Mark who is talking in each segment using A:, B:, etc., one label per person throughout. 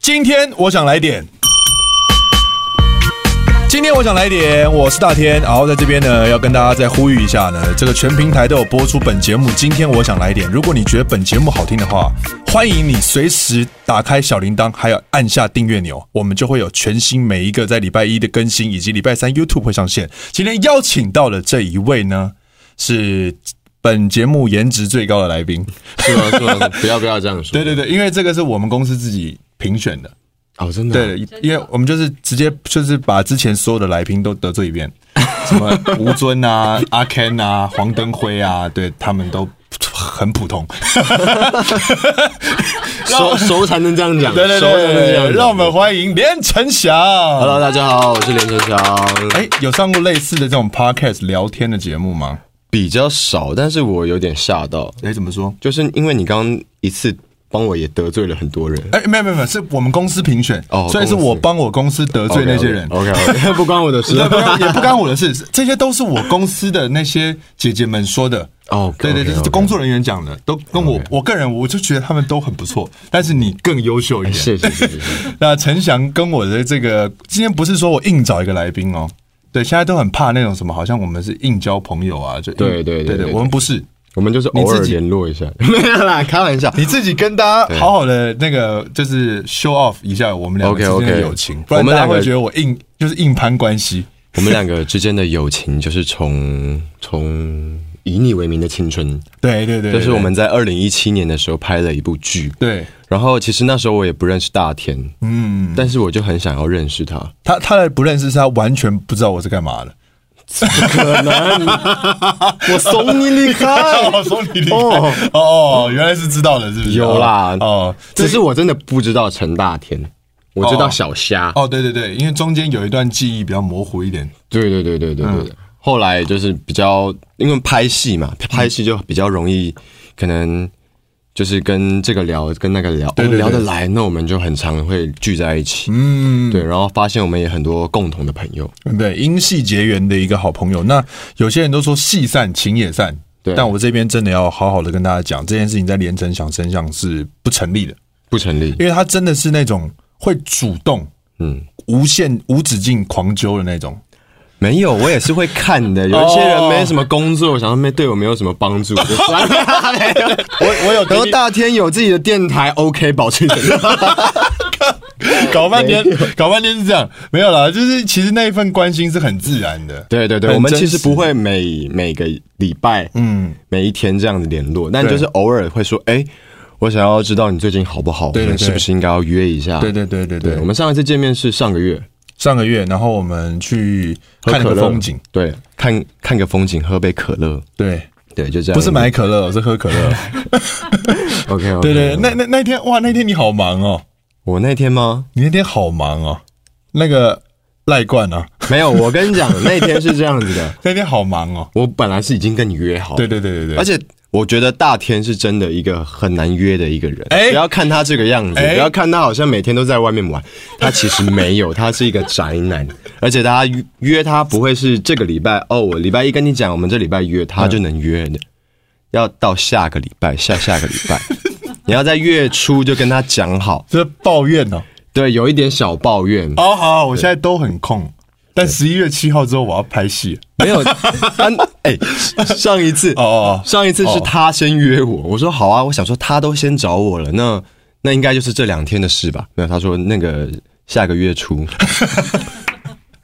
A: 今天我想来点。今天我想来点，我是大天，然后在这边呢，要跟大家再呼吁一下呢，这个全平台都有播出本节目。今天我想来点，如果你觉得本节目好听的话，欢迎你随时打开小铃铛，还有按下订阅钮，我们就会有全新每一个在礼拜一的更新，以及礼拜三 YouTube 会上线。今天邀请到的这一位呢，是本节目颜值最高的来宾。
B: 是吗？是吗？不要不要这样说。
A: 对对对，因为这个是我们公司自己评选的，
B: 哦，真的啊、
A: 对，因为我们就是直接就是把之前所有的来宾都得罪一遍，什么吴尊啊、阿 Ken 啊、黄登辉啊，对他们都很普通。
B: 熟熟才能这样讲，
A: 对对对
B: 熟才能这样
A: 对，
B: 讲
A: 让我们欢迎连晨翔。
B: Hello，大家好，我是连晨翔。哎、
A: 哎，有上过类似的这种 podcast 聊天的节目吗？
B: 比较少，但是我有点吓到，
A: 哎，怎么说？
B: 就是因为你刚刚一次帮我也得罪了很多人。
A: 哎，没有没有没有，是我们公司评选，
B: 哦
A: 所以是
B: 公司
A: 我帮我公司哦得罪那些人。
B: OK，, o k 不关我的事
A: 对，。 不干也不干我的事，这些都是我公司的那些姐姐们说的。
B: 哦
A: 对对，这是工作人员讲的，都跟我我个人，我就觉得他们都很不错，但是你更优秀一点。
B: 谢谢谢谢。谢
A: 那陈翔跟我的这个，今天不是说我硬找一个来宾哦，对，现在都很怕那种什么，好像我们是硬交朋友啊，就硬
B: 对对
A: 对
B: 对对对
A: 我们不是，
B: 我们就是偶
A: 你
B: 尔
A: 自己
B: 联络 一下，没有啦，开玩笑。
A: 你自己跟大 家好好的那个就是 show off 一下我们两个之
B: OK，OK
A: 间的友情，不然
B: 我们
A: 大家
B: 两个
A: 会觉得我硬就是硬攀关系。
B: 我们两个之间的友情就是从从以你为名的青春，
A: 对对对，
B: 就是我
A: 对
B: 们在二零一七年的时候拍了一部剧，
A: 对
B: 然后其实那时候我也不认识大田，嗯，但是我就很想要认识他。
A: 他他的不认识是他完全不知道我是干嘛的。
B: 可能我送你离开，
A: 哦，说你离开
B: 哦
A: 哦哦，原来是知道的，是不是？
B: 有啦
A: 哦，
B: 只是我真的不知道陈大田，我知道小虾。
A: 哦，对对对，因为中间有一段记忆比较模糊一点。
B: 对对对对对对。后来就是比较，因为拍戏嘛，拍戏就比较容易，可能就是跟这个聊，跟那个聊，
A: 对对对
B: 哦聊得来，那我们就很常会聚在一起。
A: 嗯，
B: 对，然后发现我们也很多共同的朋友。
A: 对，因戏结缘的一个好朋友。那有些人都说戏散情也散，
B: 对
A: 但我这边真的要好好的跟大家讲，这件事情在连城想身上是不成立的，
B: 不成立，
A: 因为他真的是那种会主动
B: 嗯，
A: 无限无止境狂揪的那种。
B: 没有，我也是会看的。有一些人没什么工作，想说没对我没有什么帮助，就算 了。
A: 我我有
B: 然后大天有自己的电台，OK，保持沉默。
A: 搞半天，搞半天是这样，没有啦，就是其实那一份关心是很自然的。
B: 对对对，
A: 很
B: 我们
A: 真
B: 其实
A: 实
B: 不会每每个礼拜，嗯，每一天这样子联络，但就是偶尔会说，哎，我想要知道你最近好不好，
A: 对对
B: 我们
A: 对
B: 是不是应该要约一下？
A: 对对对对
B: 对，我
A: 对，
B: 们上一次见面是上个月，
A: 上个月，然后我们去看了
B: 喝
A: 个
B: 可乐
A: 风景，，
B: 对，看看个风景，喝杯可乐，
A: 对，
B: 对，就这样。
A: 不是买可乐，是喝可 乐。
B: OK，
A: 对对，那那那天哇，那天你好忙哦，
B: 我那天吗？
A: 你那天好忙哦，那个赖冠啊，
B: 没有，我跟你讲，那天是这样子的。
A: 那天好忙哦。
B: 我本来是已经跟你约好，
A: 对对对对
B: 而
A: 对，
B: 且我觉得大天是真的一个很难约的一个人。
A: 哎
B: 不要看他这个样子，
A: 哎
B: 不要看他好像每天都在外面玩，他其实没有，他是一个宅 男。而且大家约约他不会是这个礼拜哦，我礼拜一跟你讲，我们这礼拜约他就能约的，要到下个礼拜，下下个礼 拜。你要在月初就跟他讲好，
A: 这抱怨哦。
B: 对，有一点小抱怨，
A: 哦好，我现在都很空，但十一月七号之后我要拍戏。
B: 没有，他哎、上一次
A: 哦哦哦
B: 上一次是他先约我，我说好啊，我想说他都先找我了，那那应该就是这两天的事吧？没有，他说那个下个月 初，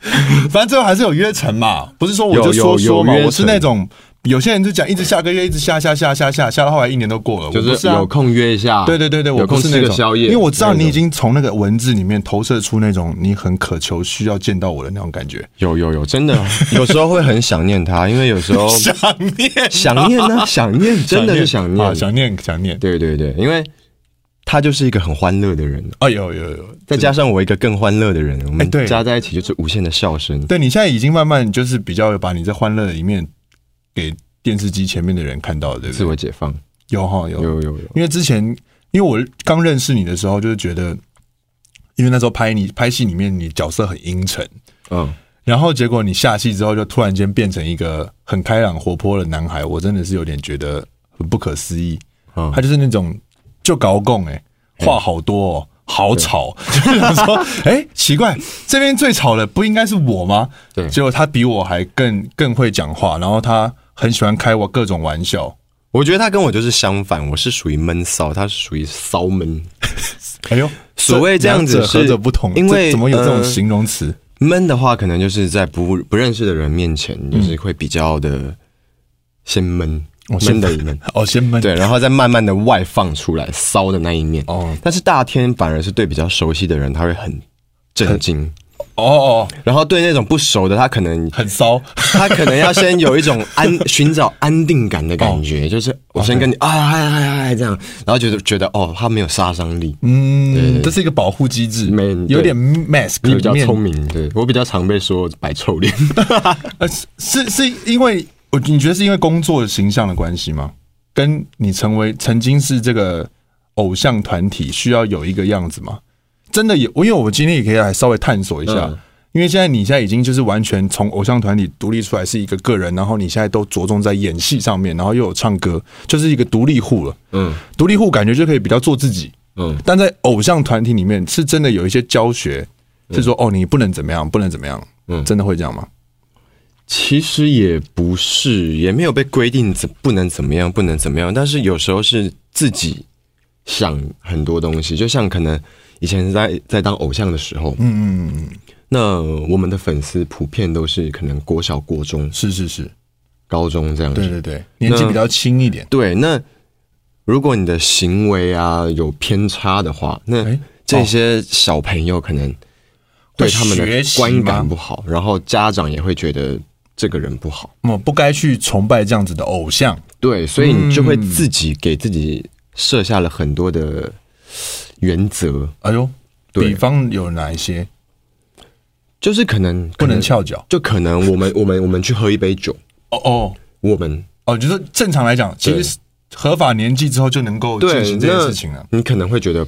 A: 反正最后还是有约成嘛，不是说我就
B: 有
A: 说
B: 有
A: 说
B: 有
A: 嘛，
B: 约成
A: 我是那种有些人就讲一直下个月，一直下下下下下下到后来一年都过了，
B: 就
A: 我不
B: 是
A: 是啊
B: 有空约一下，
A: 对对对对，我
B: 有
A: 不
B: 空
A: 是
B: 吃
A: 那
B: 个
A: 种
B: 宵夜，
A: 因为我知道
B: 那
A: 你
B: 种
A: 已经从那个文字里面投射出那种你很渴求需要见到我的那种感觉，
B: 有有有，真的啊 有时候会很想念他，因为有时候
A: 想念，
B: 想念 呢、想念真的是想念，
A: 啊，想念想念，
B: 对对对，因为他就是一个很欢乐的人，啊
A: 哎有有有，
B: 再加上我一个更欢乐的人，我
A: 哎
B: 们
A: 对
B: 加在一起就是无限的笑声。
A: 对你现在已经慢慢就是比较把你在欢乐的一面给电视机前面的人看到了，对不
B: 自
A: 对？
B: 我解放，
A: 有哈有
B: 有有有，
A: 因为之前，因为我刚认识你的时候，就是觉得，因为那时候拍你拍戏里面，你角色很阴沉，
B: 嗯，
A: 然后结果你下戏之后，就突然间变成一个很开朗活泼的男孩，我真的是有点觉得很不可思议。
B: 嗯
A: 欸他就是那种就搞共哎、话好多哦，好吵， 就是想说，哎、奇怪，这边最吵的不应该是我吗？
B: 对
A: 结果他比我还更更会讲话，然后他很喜欢开我各种玩笑。
B: 我觉得他跟我就是相反，我是属于闷骚，他是属于骚闷。
A: 哎呦，
B: 所谓这样子
A: 两者何
B: 是
A: 者不同？
B: 因
A: 这
B: 为
A: 怎么有这种
B: 呃
A: 形容词？
B: 闷的话，可能就是在不不认识的人面前，就是会比较的先闷，闷的一面，
A: 哦，先闷。
B: 对，然后再慢慢的外放出来骚的那一面。
A: 哦
B: 哦，但是大天反而是对比较熟悉的人，他会很震惊，
A: 哦哦，
B: 然后对那种不熟的，他可能
A: 很骚。
B: 他可能要先有一种安寻找安定感的感觉，就是我先跟你啊嗨嗨嗨这样，然后觉得觉得哦，他没有杀伤力，
A: 嗯，这是一个保护机制
B: 没，
A: 有
B: 对
A: 点 mask
B: 你比较
A: 面
B: 聪明，对我比较常被说摆臭脸。
A: 呃，是是是因为我你觉得是因为工作形象的关系吗？跟你成为曾经是这个偶像团体需要有一个样子吗？真的有，我因为我今天也可以来稍微探索一下，
B: 嗯
A: 因为现在你现在已经就是完全从偶像团体独立出来，是一个个人，然后你现在都着重在演戏上面，然后又有唱歌，就是一个独立户了。
B: 嗯
A: 独立户感觉就可以比较做自己，
B: 嗯，
A: 但在偶像团体里面是真的有一些教学，是说哦你不能怎么样，不能怎么样，嗯，
B: 嗯
A: 真的会这样吗？
B: 其实也不是，也没有被规定怎不能怎么样，不能怎么样。但是有时候是自己想很多东西，就像可能以前在在当偶像的时候，嗯嗯嗯，那我们的粉丝普遍都是可能国小、国中、
A: 是是是，
B: 高中这样子。
A: 对对对，年纪比较轻一点。
B: 对，那如果你的行为啊有偏差的话，那
A: 哎
B: 这些小朋友可能对他们
A: 会学
B: 的
A: 习
B: 观
A: 吗
B: 感不好，然后家长也会觉得这个人不好。
A: 我不该去崇拜这样子的偶像，
B: 对，所以你就会自己给自己设下了很多的原则，
A: 哎呦，
B: 对
A: 比方有哪一些
B: 就是可能
A: 不能，
B: 可
A: 翘脚？
B: 就可能我们我们我们去喝一杯酒，
A: 哦哦
B: 我们
A: 哦，就是正常来讲，其实合法年纪之后就能够进
B: 对
A: 行这件事情了。
B: 那你可能会觉得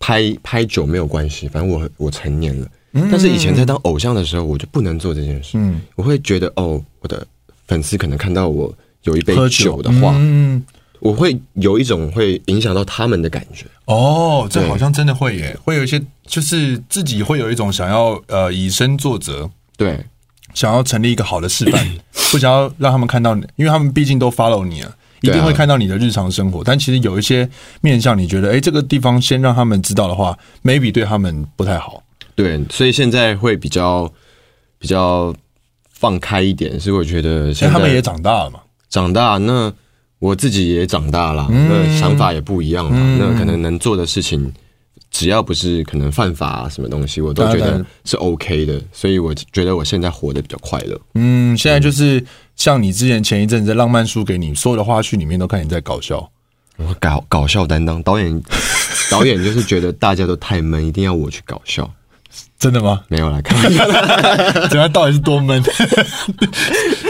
B: 拍拍酒没有关系，反正我我成年了。但是以前在当偶像的时候，我就不能做这件事，
A: 嗯
B: 我会觉得哦，我的粉丝可能看到我有一杯
A: 喝酒
B: 酒的话，
A: 嗯，
B: 我会有一种会影响到他们的感觉。
A: 哦，这
B: 对
A: 好像真的会耶，会有一些就是自己会有一种想要呃以身作则，
B: 对，
A: 想要成立一个好的示 范，不想要让他们看到你，因为他们毕竟都 follow 你了，一
B: 对啊
A: 定会看到你的日常生活。但其实有一些面向，你觉得哎，这个地方先让他们知道的话，maybe 对他们不太好。
B: 对，所以现在会比较比较放开一点，是我觉得
A: 因为
B: 现在
A: 他们也长大了嘛，
B: 长大，那我自己也长大了，
A: 嗯
B: 那想法也不一样了，那可能能做的事情，只要不是可能犯法、啊、什么东西，我都
A: 当
B: 觉
A: 然
B: 得是 OK 的，所以我觉得我现在活得比较快乐。
A: 嗯，现在就是像你之前前一阵子在浪漫书给你所有的花絮里面都看你在搞笑，
B: 我搞搞笑担当，导演 导演就是觉得大家都太闷，一定要我去搞笑，
A: 真的吗？
B: 没有啦，开玩 笑，
A: 怎样到底是多 闷？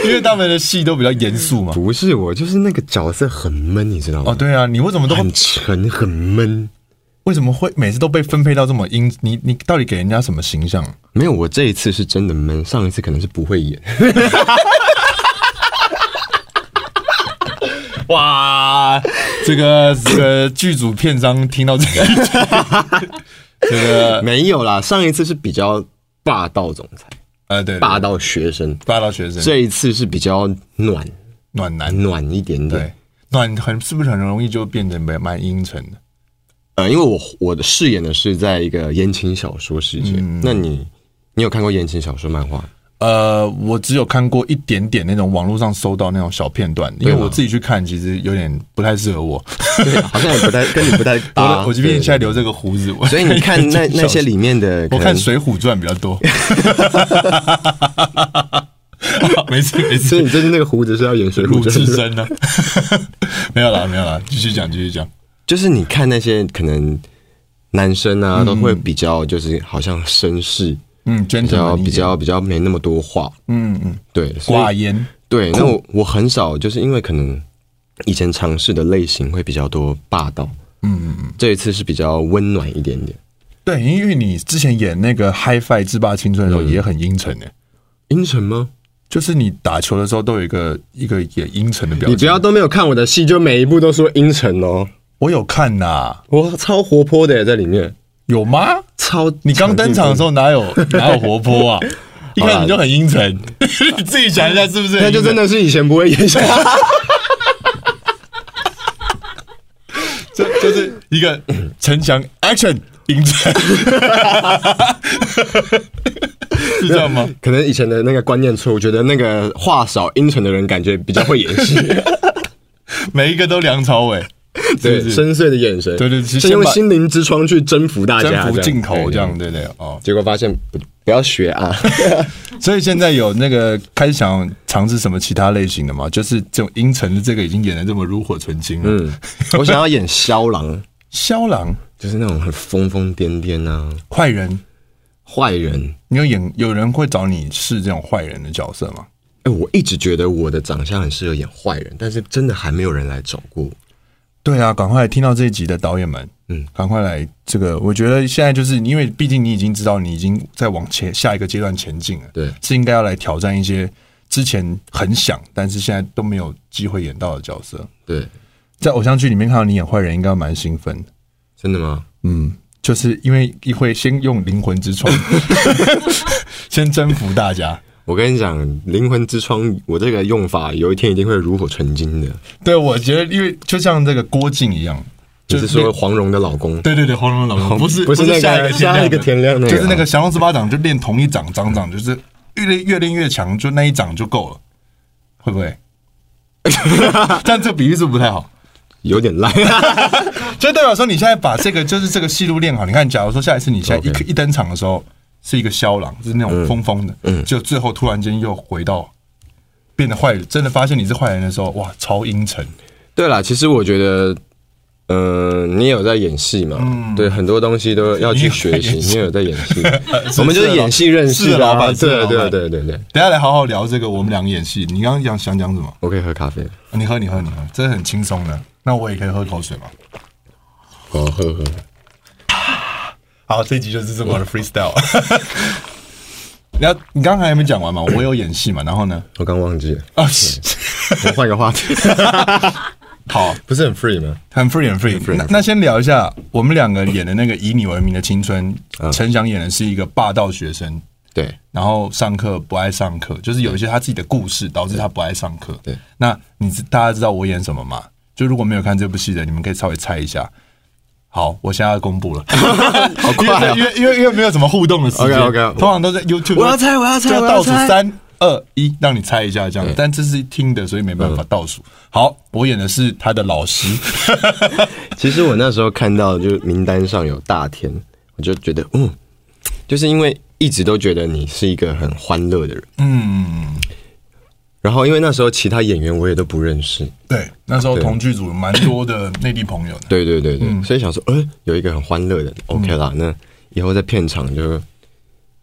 A: 因为他们的戏都比较严肃嘛。
B: 不是我，就是那个角色很闷，你知道
A: 哦，
B: 吗？
A: 对啊，你为什么都
B: 很沉，很闷。
A: 为什么会每次都被分配到这么阴？你你到底给人家什么形象？啊
B: 没有，我这一次是真的闷，上一次可能是不会 演。
A: 哇，这个这个剧组片商听到这 个，这个
B: 没有啦，上一次是比较霸道总裁，
A: 呃，对，对
B: 霸道学生，
A: 霸道学生，
B: 这一次是比较暖
A: 暖男，
B: 暖一点
A: 对
B: 点。，
A: 暖很是不是很容易就变得蛮蛮阴沉的？
B: 呃，因为我我的饰演的是在一个言情小说世界，那你你有看过言情小说漫画？
A: 呃，我只有看过一点点那种网络上搜到那种小片段，因为
B: 对吗
A: 我自己去看，其实有点不太适合我。
B: 对， 好像也不太跟你不 太
A: 我
B: 搭。
A: 的我即便
B: 啊对
A: 现在留这个胡子，我
B: 所以你看那那些里面的，
A: 我
B: 可
A: 看
B: 能
A: 《水浒传》比较 多。没事没事
B: 所，以你就是那个胡子是要演水
A: 鲁
B: 浒
A: 智
B: 传的，
A: 深呢？啊没有啦，没有啦，继续讲，继续讲。
B: 就是你看那些可能男生啊，都会比较就是好像绅士，
A: 嗯
B: 比较
A: ，gentleman 一点
B: 比较比较没那么多话，
A: 嗯嗯，
B: 对，所以
A: 寡言
B: 对。那我我很少，就是因为可能以前尝试的类型会比较多霸道，嗯嗯嗯，这一次是比较温暖一点点，
A: 对，因为你之前演那个《HiFi 制霸青春》的时候也很阴沉诶、欸
B: 阴沉吗？
A: 就是你打球的时候都有一个一个也阴沉的表
B: 你不
A: 情。
B: 要都没有看我的戏，就每一部都说阴沉哦，
A: 我有看呐、
B: 我超活泼的耶在里面。
A: 有吗？
B: 超
A: 你刚登场的时候哪 有哪有活 泼啊？一开始你就很阴沉，你 自己想一下是不是很
B: 那
A: 阴沉？
B: 就真的是以前不会演下来，
A: 这就是一个城墙 action 阴 沉，是这样吗？
B: 可能以前的那个观念错误，觉得那个话少阴沉的人感觉比较会演戏，
A: 每一个都梁朝伟，
B: 对，
A: 是不是
B: 深邃的眼神，
A: 对对其实
B: 先用
A: 先把
B: 心灵之窗去征服大家，
A: 征服
B: 这样
A: 镜头
B: 对
A: 这样对不对？哦，
B: 结果发现不不要学啊，
A: 所以现在有那个开始想尝试什么其他类型的吗？就是这种阴沉的这个已经演的这么炉火纯青了。嗯，
B: 我想要演肖郎，
A: 肖郎
B: 就是那种很疯疯癫癫啊，
A: 坏人，
B: 坏人。
A: 你有演有人会找你试这种坏人的角色吗？
B: 哎、我一直觉得我的长相很适合演坏人，但是真的还没有人来找过。
A: 对啊，赶快听到这一集的导演们，嗯
B: 嗯，
A: 赶快来这个。我觉得现在就是因为，毕竟你已经知道你已经在往前下一个阶段前进了，
B: 对
A: 是应该要来挑战一些之前很想，但是现在都没有机会演到的角色。
B: 对，
A: 在偶像剧里面看到你演坏人，应该蛮兴奋的。
B: 真的吗？
A: 嗯，就是因为一会先用灵魂之窗，先征服大家。
B: 我跟你讲，灵魂之窗，我这个用法有一天一定会炉火纯青的。
A: 对，我觉得因为就像这个郭靖一样，
B: 就
A: 就是是
B: 说
A: 那
B: 黄蓉的老公，
A: 对对对，黄蓉的老公不是
B: 不是那个
A: 下一个
B: 下一个田亮那个
A: 就是那个降龙十八掌就练同一掌，掌掌就是越练越练越强，就那一掌就够了，会不 会？但这比喻是不太好，
B: 有点 烂。
A: 就代表说你现在把这个就是这个戏路练好。你看，假如说下一次你现在一
B: OK
A: 一登场的时候是一个萧郎，就是那种疯疯的，就最后突然间又回到变得坏人，真的发现你是坏人的时候，哇，超阴沉。
B: 对啦，其实我觉得，嗯、你也有在演戏嘛？对，很多东西都要去学习。嗯你也有在演戏，我们 就是演戏认识
A: 是
B: 的、
A: 老
B: 啊。
A: 板，是
B: 对
A: 老板
B: 对对对对，
A: 等一下来好好聊这个我们两个演戏。你刚刚想想讲什么？
B: 我可以喝咖啡。
A: 你喝，你喝，你喝，这很轻松的。那我也可以喝口水吗？
B: 哦，喝喝。
A: 好，这一集就是这么的 freestyle。你要，你刚才还没讲完嘛？我有演戏嘛？然后呢？
B: 我刚忘记了，
A: 啊，
B: 我换个话题，
A: 好，
B: 不是很 free 吗？
A: 很 free 很 free。那那先聊一下，我们两个演的那个《以你为名的青春》，
B: 嗯
A: 陈翔演的是一个霸道学生，
B: 对，
A: 然后上课不爱上课，就是有一些他自己的故事导致他不爱上课。
B: 对，
A: 那你知大家知道我演什么吗？就如果没有看这部戏的，你们可以稍微猜一下。好，我现在要公布 了，好
B: 快哦
A: 因为因为因为没有什么互动的时间
B: OK，OK
A: 通常都在 YouTube。
B: 我要猜我要猜
A: 就
B: 我要
A: 倒数
B: 猜
A: 三二一，让你猜一下这样。但这是听的，所以没办法倒数。好，我演的是他的老师，
B: 其实我那时候看到就是名单上有大田，我就觉得，嗯，就是因为一直都觉得你是一个很欢乐的人，
A: 嗯，
B: 然后因为那时候其他演员我也都不认识，
A: 对，那时候
B: 对
A: 同剧组蛮多的内地朋友的。
B: 对对对对，所以想说，呃，有一个很欢
A: 嗯
B: 乐的，OK 啦，那以后在片场就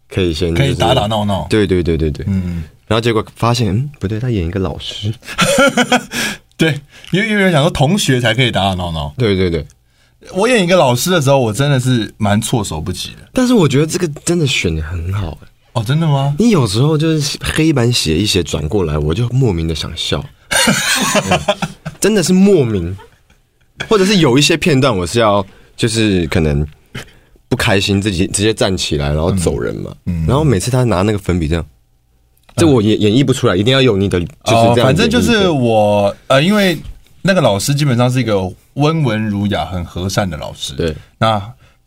B: 可以先、
A: 可以
B: 就是
A: 打打闹闹
B: 对对对对对，
A: 嗯，
B: 然后结果发现，嗯，不对，他演一个老师，
A: 对，因为因为有人想说同学才可以打打闹闹。
B: 对对对，
A: 我演一个老师的时候，我真的是蛮措手不及的。
B: 但是我觉得这个真的选的很好，哎
A: 哦，真的吗？
B: 你有时候就是黑板写一写转过来，我就莫名的想笑， 嗯真的是莫名，或者是有一些片段我是要就是可能不开心自己直接站起来然后走人嘛，
A: 嗯
B: 然后每次他拿那个粉笔这样，这我演演绎不出来，一定要有你的就是这样演绎
A: 哦，
B: 的、
A: 反正就是我呃，因为那个老师基本上是一个温文儒雅、很和善的老师。
B: 对，
A: 那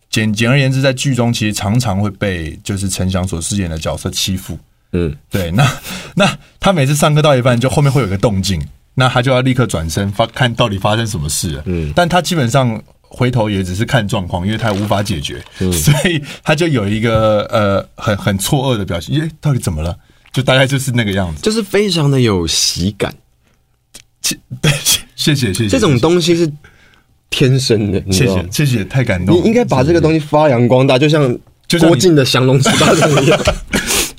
A: 简简而言之，在剧中其实常常会被就是陈翔所饰演的角色欺负。
B: 嗯，
A: 对，那那他每次上课到一半，就后面会有一个动静，那他就要立刻转身发看到底发生什么事了。嗯，但他基本上回头也只是看状况，因为他无法解决，
B: 嗯
A: 所以他就有一个呃很很错愕的表情，耶，到底怎么了？就大概就是那个样子。
B: 就是非常的有喜感，
A: 其 对，谢谢谢谢，
B: 这种东西是天生的，你
A: 谢
B: 知道吗
A: 谢谢谢，太感动
B: 你
A: 了。
B: 应该把这个东西发扬光大，就像
A: 就像你
B: 郭靖的降龙十八掌一样。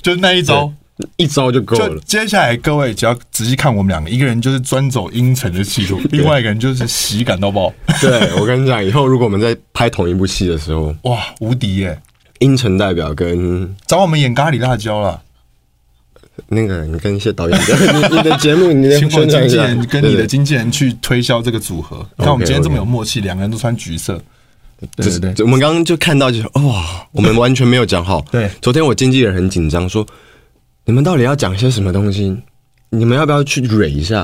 A: 就是那一招。
B: 一招就够
A: 就
B: 了。
A: 接下来各位只要仔细看我们两个，一个人就是专走阴沉的 戏路，另外一个人就是喜感到爆，
B: 对我跟你讲，以后如果我们在拍同一部戏的时候，
A: 哇，无敌耶、
B: 阴沉代表跟
A: 找我们演咖喱辣椒 了，
B: 那个你跟谢导演，你你的节目你的
A: 请我
B: 宣
A: 经
B: 传一
A: 纪
B: 下
A: 人，跟你
B: 对
A: 的经纪人去推销这个组合。看我们今天这么有默契，两个人都穿橘色，对对
B: 这
A: 对
B: 这我们刚刚就看到就是哇、我们完全没有讲好。
A: 对
B: 昨哦天我经纪人很紧张，说你们到底要讲些什么东西？你们要不要去蕊一下？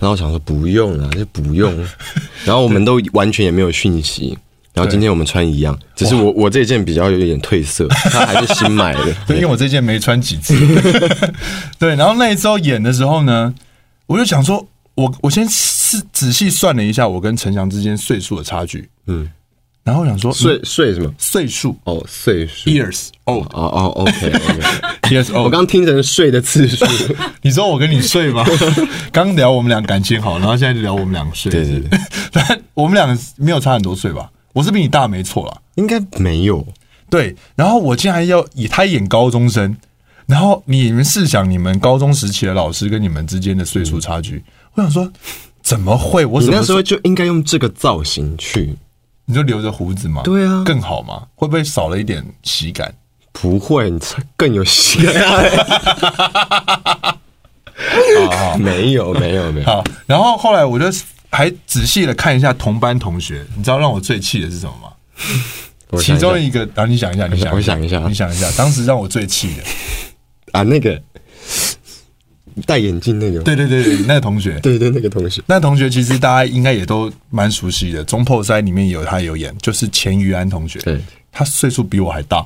B: 然后我想说不用了，就不 用。然后我们都完全也没有讯息。然后今天我们穿一样，只是我我这件比较有点褪色，它还是新买 的。
A: 对，因为我这件没穿几 次。对，然后那一周演的时候呢，我就想说，我我先是仔细算了一下我跟陈翔之间岁数的差距，嗯
B: 嗯，
A: 然后我想说嗯
B: 岁岁什么？
A: 岁数
B: 哦，岁数。
A: years
B: 哦
A: old
B: 哦，OK OK。
A: years
B: 我
A: old，
B: 刚听成睡的次数。
A: 你说我跟你睡 吗？刚聊我们俩感情好，然后现在就聊我们俩睡，
B: 对对 对，
A: 但我们俩没有差很多岁吧？我是比你大没错啦，
B: 应该没有。
A: 对，然后我竟然要以他演高中生，然后你们试想你们高中时期的老师跟你们之间的岁数差距，我想说怎么会？我
B: 你
A: 什
B: 那
A: 么
B: 时候就应该用这个造型去。
A: 你就留着胡子吗？
B: 对啊
A: 更好吗？会不会少了一点喜感？
B: 不会，你才更有喜爱。哦 没有没有没有，
A: 好，然后后来我就还仔细的看一下同班同学，你知道让我最气的是什么吗？
B: 我想
A: 其
B: 一下
A: 中一个，啊，你想一下，你想，
B: 我想一下
A: 你想一下，当时让我最气的，
B: 啊，那个戴眼镜那个，
A: 对对对对，那个同 学，
B: 对对，那个同学，
A: 那同学其实大家应该也都蛮熟悉的，《中破塞》里面有他有演，就是钱于安同学，
B: 对
A: 他岁数比我还 大，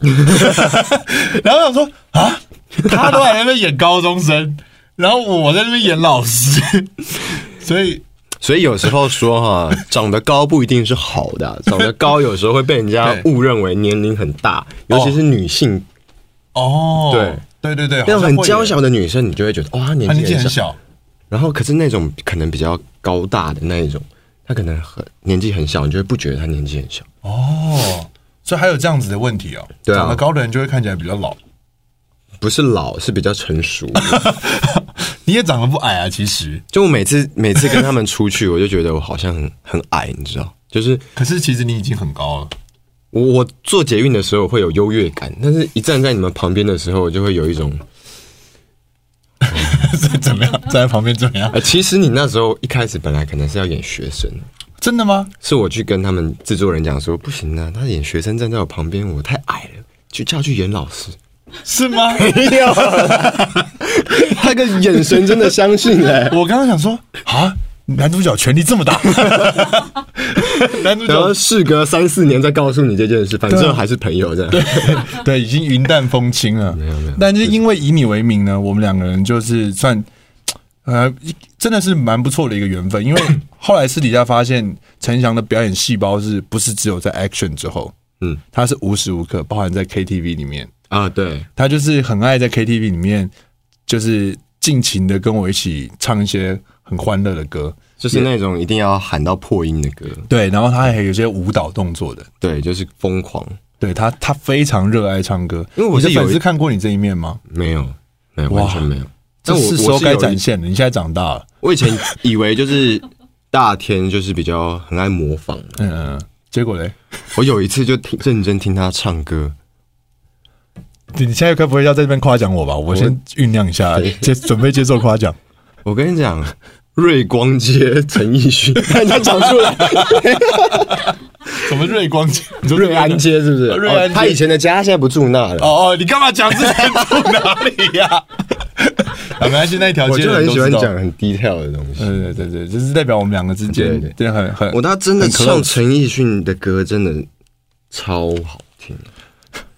A: 然后我想说啊，他都还在那边演高中生，然后我在那边演老 师，所以
B: 所以有时候说 哈，长得高不一定是好的啊，长得高有时候会被人家
A: 对
B: 误认为年龄很大，尤其是女性
A: 哦，
B: 对
A: 对对对，
B: 那种
A: 好
B: 很
A: 像啊会有
B: 娇，小的女生，你就会觉得哇，她
A: 他
B: 年
A: 年
B: 纪
A: 纪
B: 很
A: 很
B: 小。
A: 小，
B: 然后可是那种可能比较高大的那一种，她可能很年纪很小，你就会不觉得她年纪很小。
A: 哦，所以还有这样子的问题哦，
B: 对啊
A: 长得高的人就会看起来比较老，
B: 不是老，是比较成熟。
A: 你也长得不矮啊，其实，
B: 就我每次每次跟他们出去，我就觉得我好像很很矮，你知道？就是
A: 可是其实你已经很高了，
B: 我我坐捷运的时候会有优越感，但是一站在你们旁边的时候，我就会有一种，
A: 所以怎么样？站在旁边怎么样？
B: 呃，其实你那时候一开始本来可能是要演学生，
A: 真的吗？
B: 是我去跟他们制作人讲说，不行啊，他演学生站在我旁边，我太矮了，就叫他去演老师。
A: 是吗？
B: 没有， 他个眼神真的相信哎、
A: 我刚刚想说啊，男主角权力这么大，男主
B: 然后
A: 角
B: 事隔三四年再告诉你这件事，反正还是朋友这样。
A: 对已经云淡风轻了。
B: 没有没有
A: 但是因为以你为名呢，我们两个人就是算呃，真的是蛮不错的一个缘分。因为后来私底下发现，陈翔的表演细胞是不是只有在 action 之后？
B: 嗯，
A: 他是无时无刻包含在 KTV 里面，
B: 啊，对，
A: 他就是很爱在 KTV 里面，就是尽情的跟我一起唱一些很欢乐的歌。
B: 就是那种一定要喊到破音的歌，
A: 对，然后他还有一些舞蹈动作的，
B: 对，就是疯狂。
A: 对他，他非常热爱唱歌。
B: 因为我
A: 你
B: 是
A: 的
B: 有
A: 粉
B: 一
A: 丝看过你这一面吗？
B: 没有，没有，
A: 哇
B: 完全没有。
A: 这
B: 但我
A: 是时
B: 我
A: 候
B: 是
A: 该
B: 有
A: 展
B: 一
A: 现的。你现在长大了，
B: 我以前以为就是大天就是比较很爱模仿，
A: 嗯嗯，嗯结果嘞，
B: 我有一次就听认真听他唱歌，
A: 你你现在该不会要在这边夸奖我吧？我先酝酿一下，接准备接受夸 奖。
B: 我跟你 讲，瑞光街陈奕 迅，看他讲出来，
A: 什么瑞光？你说
B: 瑞安街是不是？
A: 瑞安街
B: 哦他以前的家现在不住那了。
A: 哦哦，你干嘛讲之前住哪 里呀？啊，没关系，那一条
B: 我
A: 街
B: 就
A: 的人
B: 很
A: 都
B: 喜
A: 知
B: 欢
A: 道。
B: 讲很 detail 的东西。
A: 对对对对，就是代表我们两个之间
B: 对对，
A: 对很很。
B: 我他真的
A: 很 close
B: 唱陈奕迅的歌真的超好听，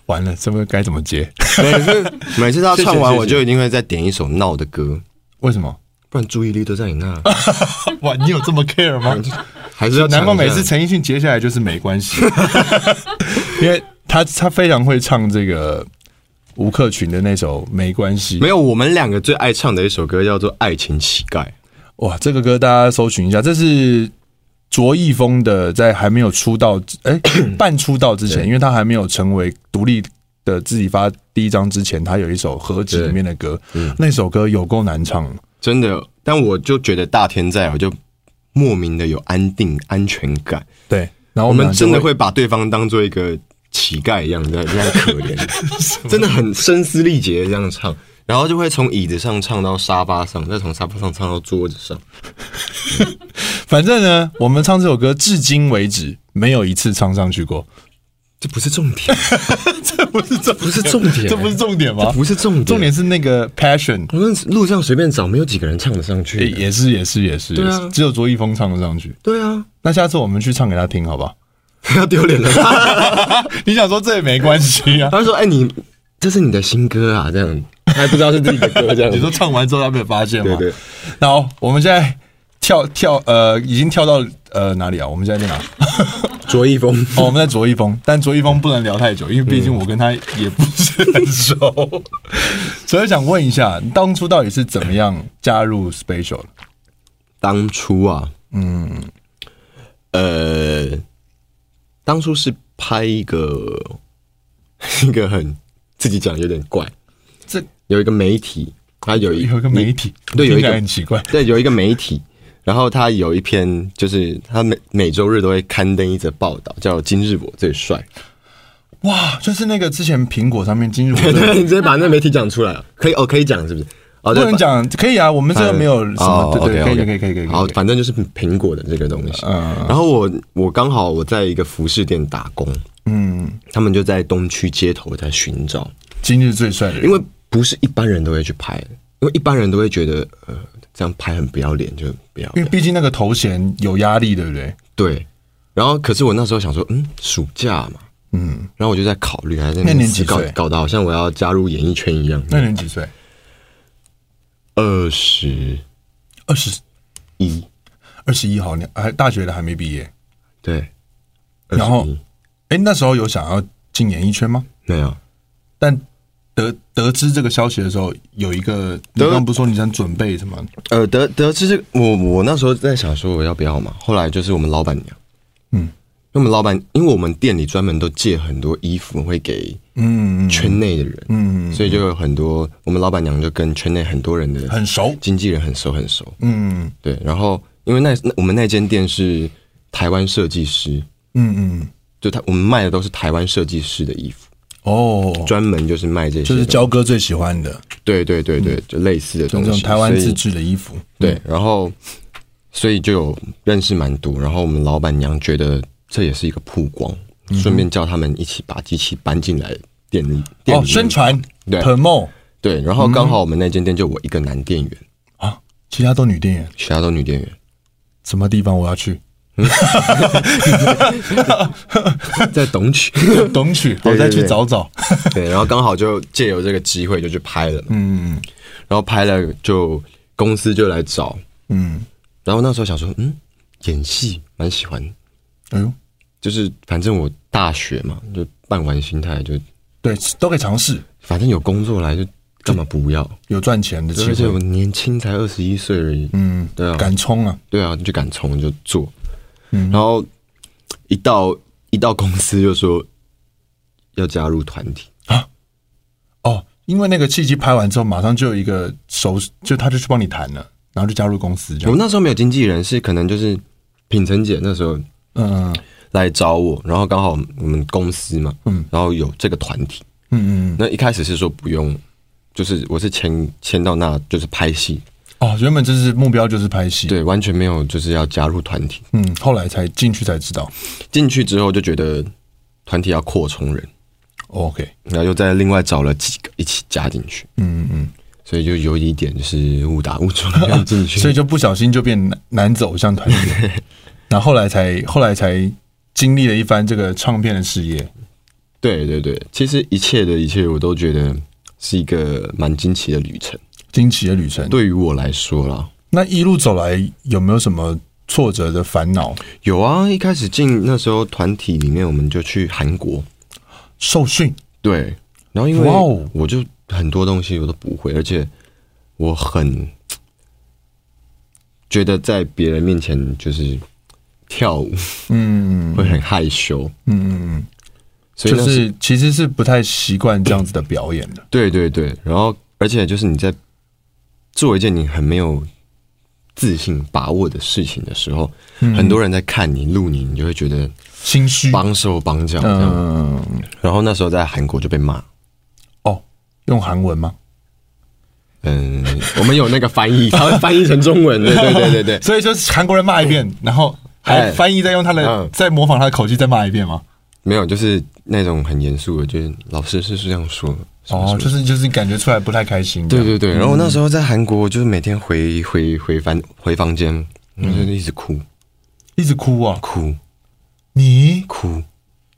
A: 完了，这不该怎么接？
B: 每次每次他唱完
A: 谢谢
B: 我就一定会再点一首闹的歌，
A: 为什么？
B: 不然注意力都在你那。
A: 哇，你有这么 care 吗？
B: 还是要
A: 难啊怪每次
B: 唱
A: 陈奕迅接下来就是没关 系，因为他他非常会唱这个吴克群的那首《没关系》
B: 没。有我们两个最爱唱的一首歌叫做《爱情乞丐》，
A: 哇，这个歌大家搜寻一下，这是卓一峰的在还没有出道之， 哎、半出道之前，因为他还没有成为独立的自己发第一张之前，他有一首合集里面的歌，那首歌有够难唱。
B: 真的。但我就觉得大天在，我就莫名的有安定安全感。
A: 对，然后我
B: 我
A: 们
B: 们
A: 俩就
B: 真的会把对方当做一个乞丐一样，这样这样可 怜，真的很声嘶力竭地这样唱，然后就会从椅子上唱到沙发上，再从沙发上唱到桌子上。
A: 反正呢，我们唱这首歌至今为止没有一次唱上去过，
B: 这不是重点，
A: 这不是重，
B: 不是重点
A: 这不是重点吗？
B: 不是重点，
A: 重点是那个 passion，
B: 我们路上随便找，没有几个人唱得上去
A: 也
B: 的。
A: 也是也是也是，
B: 对啊
A: 也是只有卓一峰唱得上去。
B: 对啊，
A: 那下次我们去唱给他听，好不好？
B: 要丢脸 了。
A: 你想说这也没关系 啊？
B: 他说：“哎、你这是你的新歌啊，这样还不知道是自己的歌，这样。”
A: 你说唱完之后他没有发现吗？
B: 对对。
A: 然后我们现在跳跳呃，已经跳到呃哪里啊？我们现在在 哪？
B: 卓一峰，
A: 哦，我们在卓一峰，但卓一峰不能聊太久，因为毕竟我跟他也不是很 熟，所以想问一下，你当初到底是怎么样加入 Special 的？
B: 当初啊，嗯，呃，当初是拍一个 一个很自己讲有点怪，
A: 这
B: 有一个媒体，他有一
A: 有一个媒体，
B: 对有一
A: 听起
B: 个
A: 来很奇怪，
B: 对，有一个媒体，然后他有一篇，就是他每每周日都会刊登一则报道，叫“今日我最帅
A: 哇，就是那个之前苹果上面进入”。
B: 对，你直接把那媒体讲出来了，可以哦，可以讲是不是？
A: 不
B: 哦，对
A: 能讲，可以啊，我们这个没有什么，
B: 哦
A: 对对，可以
B: OK，OK
A: 可以可以可以，
B: 好
A: 可以，
B: 反正就是苹果的这个东西。
A: 嗯
B: 然后我我刚好我在一个服饰店打工，
A: 嗯，
B: 他们就在东区街头在寻找，
A: 今日最帅的人，
B: 因为不是一般人都会去拍，因为一般人都会觉得呃这样拍很不要脸，就不要
A: 因为毕竟那个头衔有压力，对不
B: 嗯
A: 对？
B: 对。然后可是我那时候想说，嗯，暑假嘛，
A: 嗯，
B: 然后我就在考虑，还在
A: 那
B: 边
A: 年几
B: 思考
A: 岁
B: 搞得好像我要加入演艺圈一样。
A: 那年几岁？
B: 二十
A: 二十
B: 一，
A: 二十一号，你还大学的还没毕业，
B: 对，
A: 然后
B: 21，
A: 哎，那时候有想要进演艺圈吗？
B: 没有，
A: 但得得知这个消息的时候，有一个你
B: 得
A: 刚刚不是说你想准备什么？
B: 呃，得得知这我我那时候在想说我要不要嘛，后来就是我们老板娘，
A: 嗯
B: 因为我们老板，因为我们店里专门都借很多衣服会给
A: 嗯，
B: 圈内的人，
A: 嗯
B: 所以就有很多我们老板娘就跟圈内很多人的
A: 很熟，
B: 经纪人很熟很熟，
A: 嗯
B: 对，然后因为那那我们那间店是台湾设计师，
A: 嗯嗯，
B: 就他我们卖的都是台湾设计师的衣服，
A: 哦，
B: 专门就是卖这些东西，
A: 就是焦哥最喜欢的，
B: 对对对对，就类似的
A: 就
B: 东
A: 这
B: 西，
A: 种台湾
B: 所以
A: 自制的衣服，
B: 对，然后所以就有认识蛮多，然后我们老板娘觉得这也是一个曝光，顺便叫他们一起把机器搬进来店里店
A: 嗯哦，
B: 里
A: 嗯
B: 面
A: 宣传
B: 对
A: promo
B: 对，然后刚好我们那间店就我一个男店员，
A: 啊，其他都女店员，
B: 其他都女店 员，
A: 什么地方我要 去？
B: 在东区，
A: 懂曲，
B: 对
A: 我再
B: 对
A: 去
B: 对
A: 找找。
B: 对，然后刚好就借由这个机会就去拍了，
A: 嗯
B: 然后拍了就公司就来找，
A: 嗯，
B: 然后那时候想说，嗯，演戏蛮喜欢的，
A: 哎呦，
B: 就是反正我大学嘛，就半玩心态，就
A: 对，都可以尝试，
B: 反正有工作来就干嘛不要。
A: 有赚钱的机
B: 而且
A: 会
B: 我，年轻才二十一岁而已，
A: 嗯，
B: 对啊
A: 敢嗯冲啊，
B: 对啊，你就敢冲就做，然后一到一到公司就说要加入团体，
A: 哦，因为那个契机拍完之后，马上就有一个手，就他就去帮你谈了，然后就加入公司这
B: 我
A: 样。
B: 那时候没有经纪人，是可能就是品成姐那时候
A: 嗯
B: 来找我，然后刚好我们公司嘛，
A: 嗯
B: 然后有这个团体，
A: 嗯嗯嗯，
B: 那一开始是说不用，就是我是签签到那就是拍戏，
A: 哦，原本就是目标就是拍戏，，
B: 对，完全没有就是要加入团体，
A: 嗯，后来才进去才知道。
B: 进去之后就觉得团体要扩充人，
A: 哦 OK，
B: 然后又再另外找了几个一起加进去。
A: 嗯嗯，
B: 所以就有一点就是误打误撞要进去，
A: 所以就不小心就变男男子偶像团 体，然后后来才后来才经历了一番这个唱片的事业。
B: 对对对，其实一切的一切我都觉得是一个蛮惊奇的旅程。
A: 惊奇的旅程，
B: 对于我来说啦，
A: 那一路走来有没有什么挫折的烦恼？
B: 有啊，一开始进那时候团体里面，我们就去韩国，
A: 受训，
B: 对，然后因为
A: 哇哦
B: 我就很多东西我都不会，而且我很觉得在别人面前就是跳舞
A: 嗯
B: 会很害羞，
A: 嗯嗯嗯，
B: 所以
A: 就
B: 那时
A: 是其实是不太习惯这样子的表演的。
B: 对对对，然后而且就是你在做一件你很没有自信把握的事情的时候，
A: 嗯
B: 很多人在看你录你，你就会觉得
A: 心虚，
B: 帮手帮脚这样。
A: 嗯，
B: 然后那时候在韩国就被骂，
A: 哦，用韩文吗？
B: 嗯，我们有那个翻译，它会翻译成中 文的，对对对对，
A: 所以就是韩国人骂一遍，然后还
B: 哎
A: 翻译再用他的
B: 嗯
A: 再模仿他的口气再骂一遍吗？
B: 没有，就是那种很严肃的，就是老师是是这样说的，什么
A: 哦，
B: 什么
A: 就是就是感觉出来不太开心。
B: 对，对对，然后我那时候在韩国，就是每天回回回房回房间，然后就是一直哭
A: 一直哭啊，
B: 哭
A: 你
B: 哭，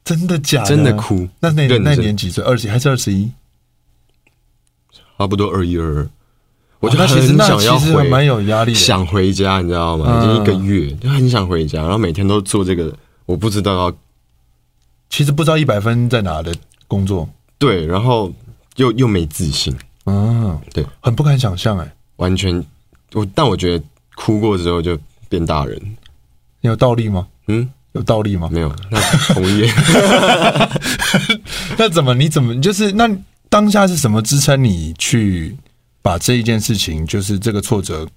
A: 真的假的？
B: 真的哭
A: 那那
B: 认真
A: 那年几岁？二十还是二十一？
B: 差不多二一二二，我
A: 哦
B: 就
A: 那其实
B: 很
A: 那
B: 想要
A: 其实还
B: 回，
A: 蛮有压力的。
B: 想回家，你知道吗？已经一个月，就很想回家，然后每天都做这个，我不知道要
A: 其实不知道一百分在哪的工作，
B: 对，然后又又没自信，
A: 嗯，
B: 对，
A: 很不敢想象哎、
B: 完全我，但我觉得哭过之后就变大人，
A: 你有倒立吗？
B: 嗯，
A: 有倒立吗？
B: 没有，那红叶。
A: 那怎么？你怎么就是那当下是什么支撑你去把这一件事情，就是这个挫折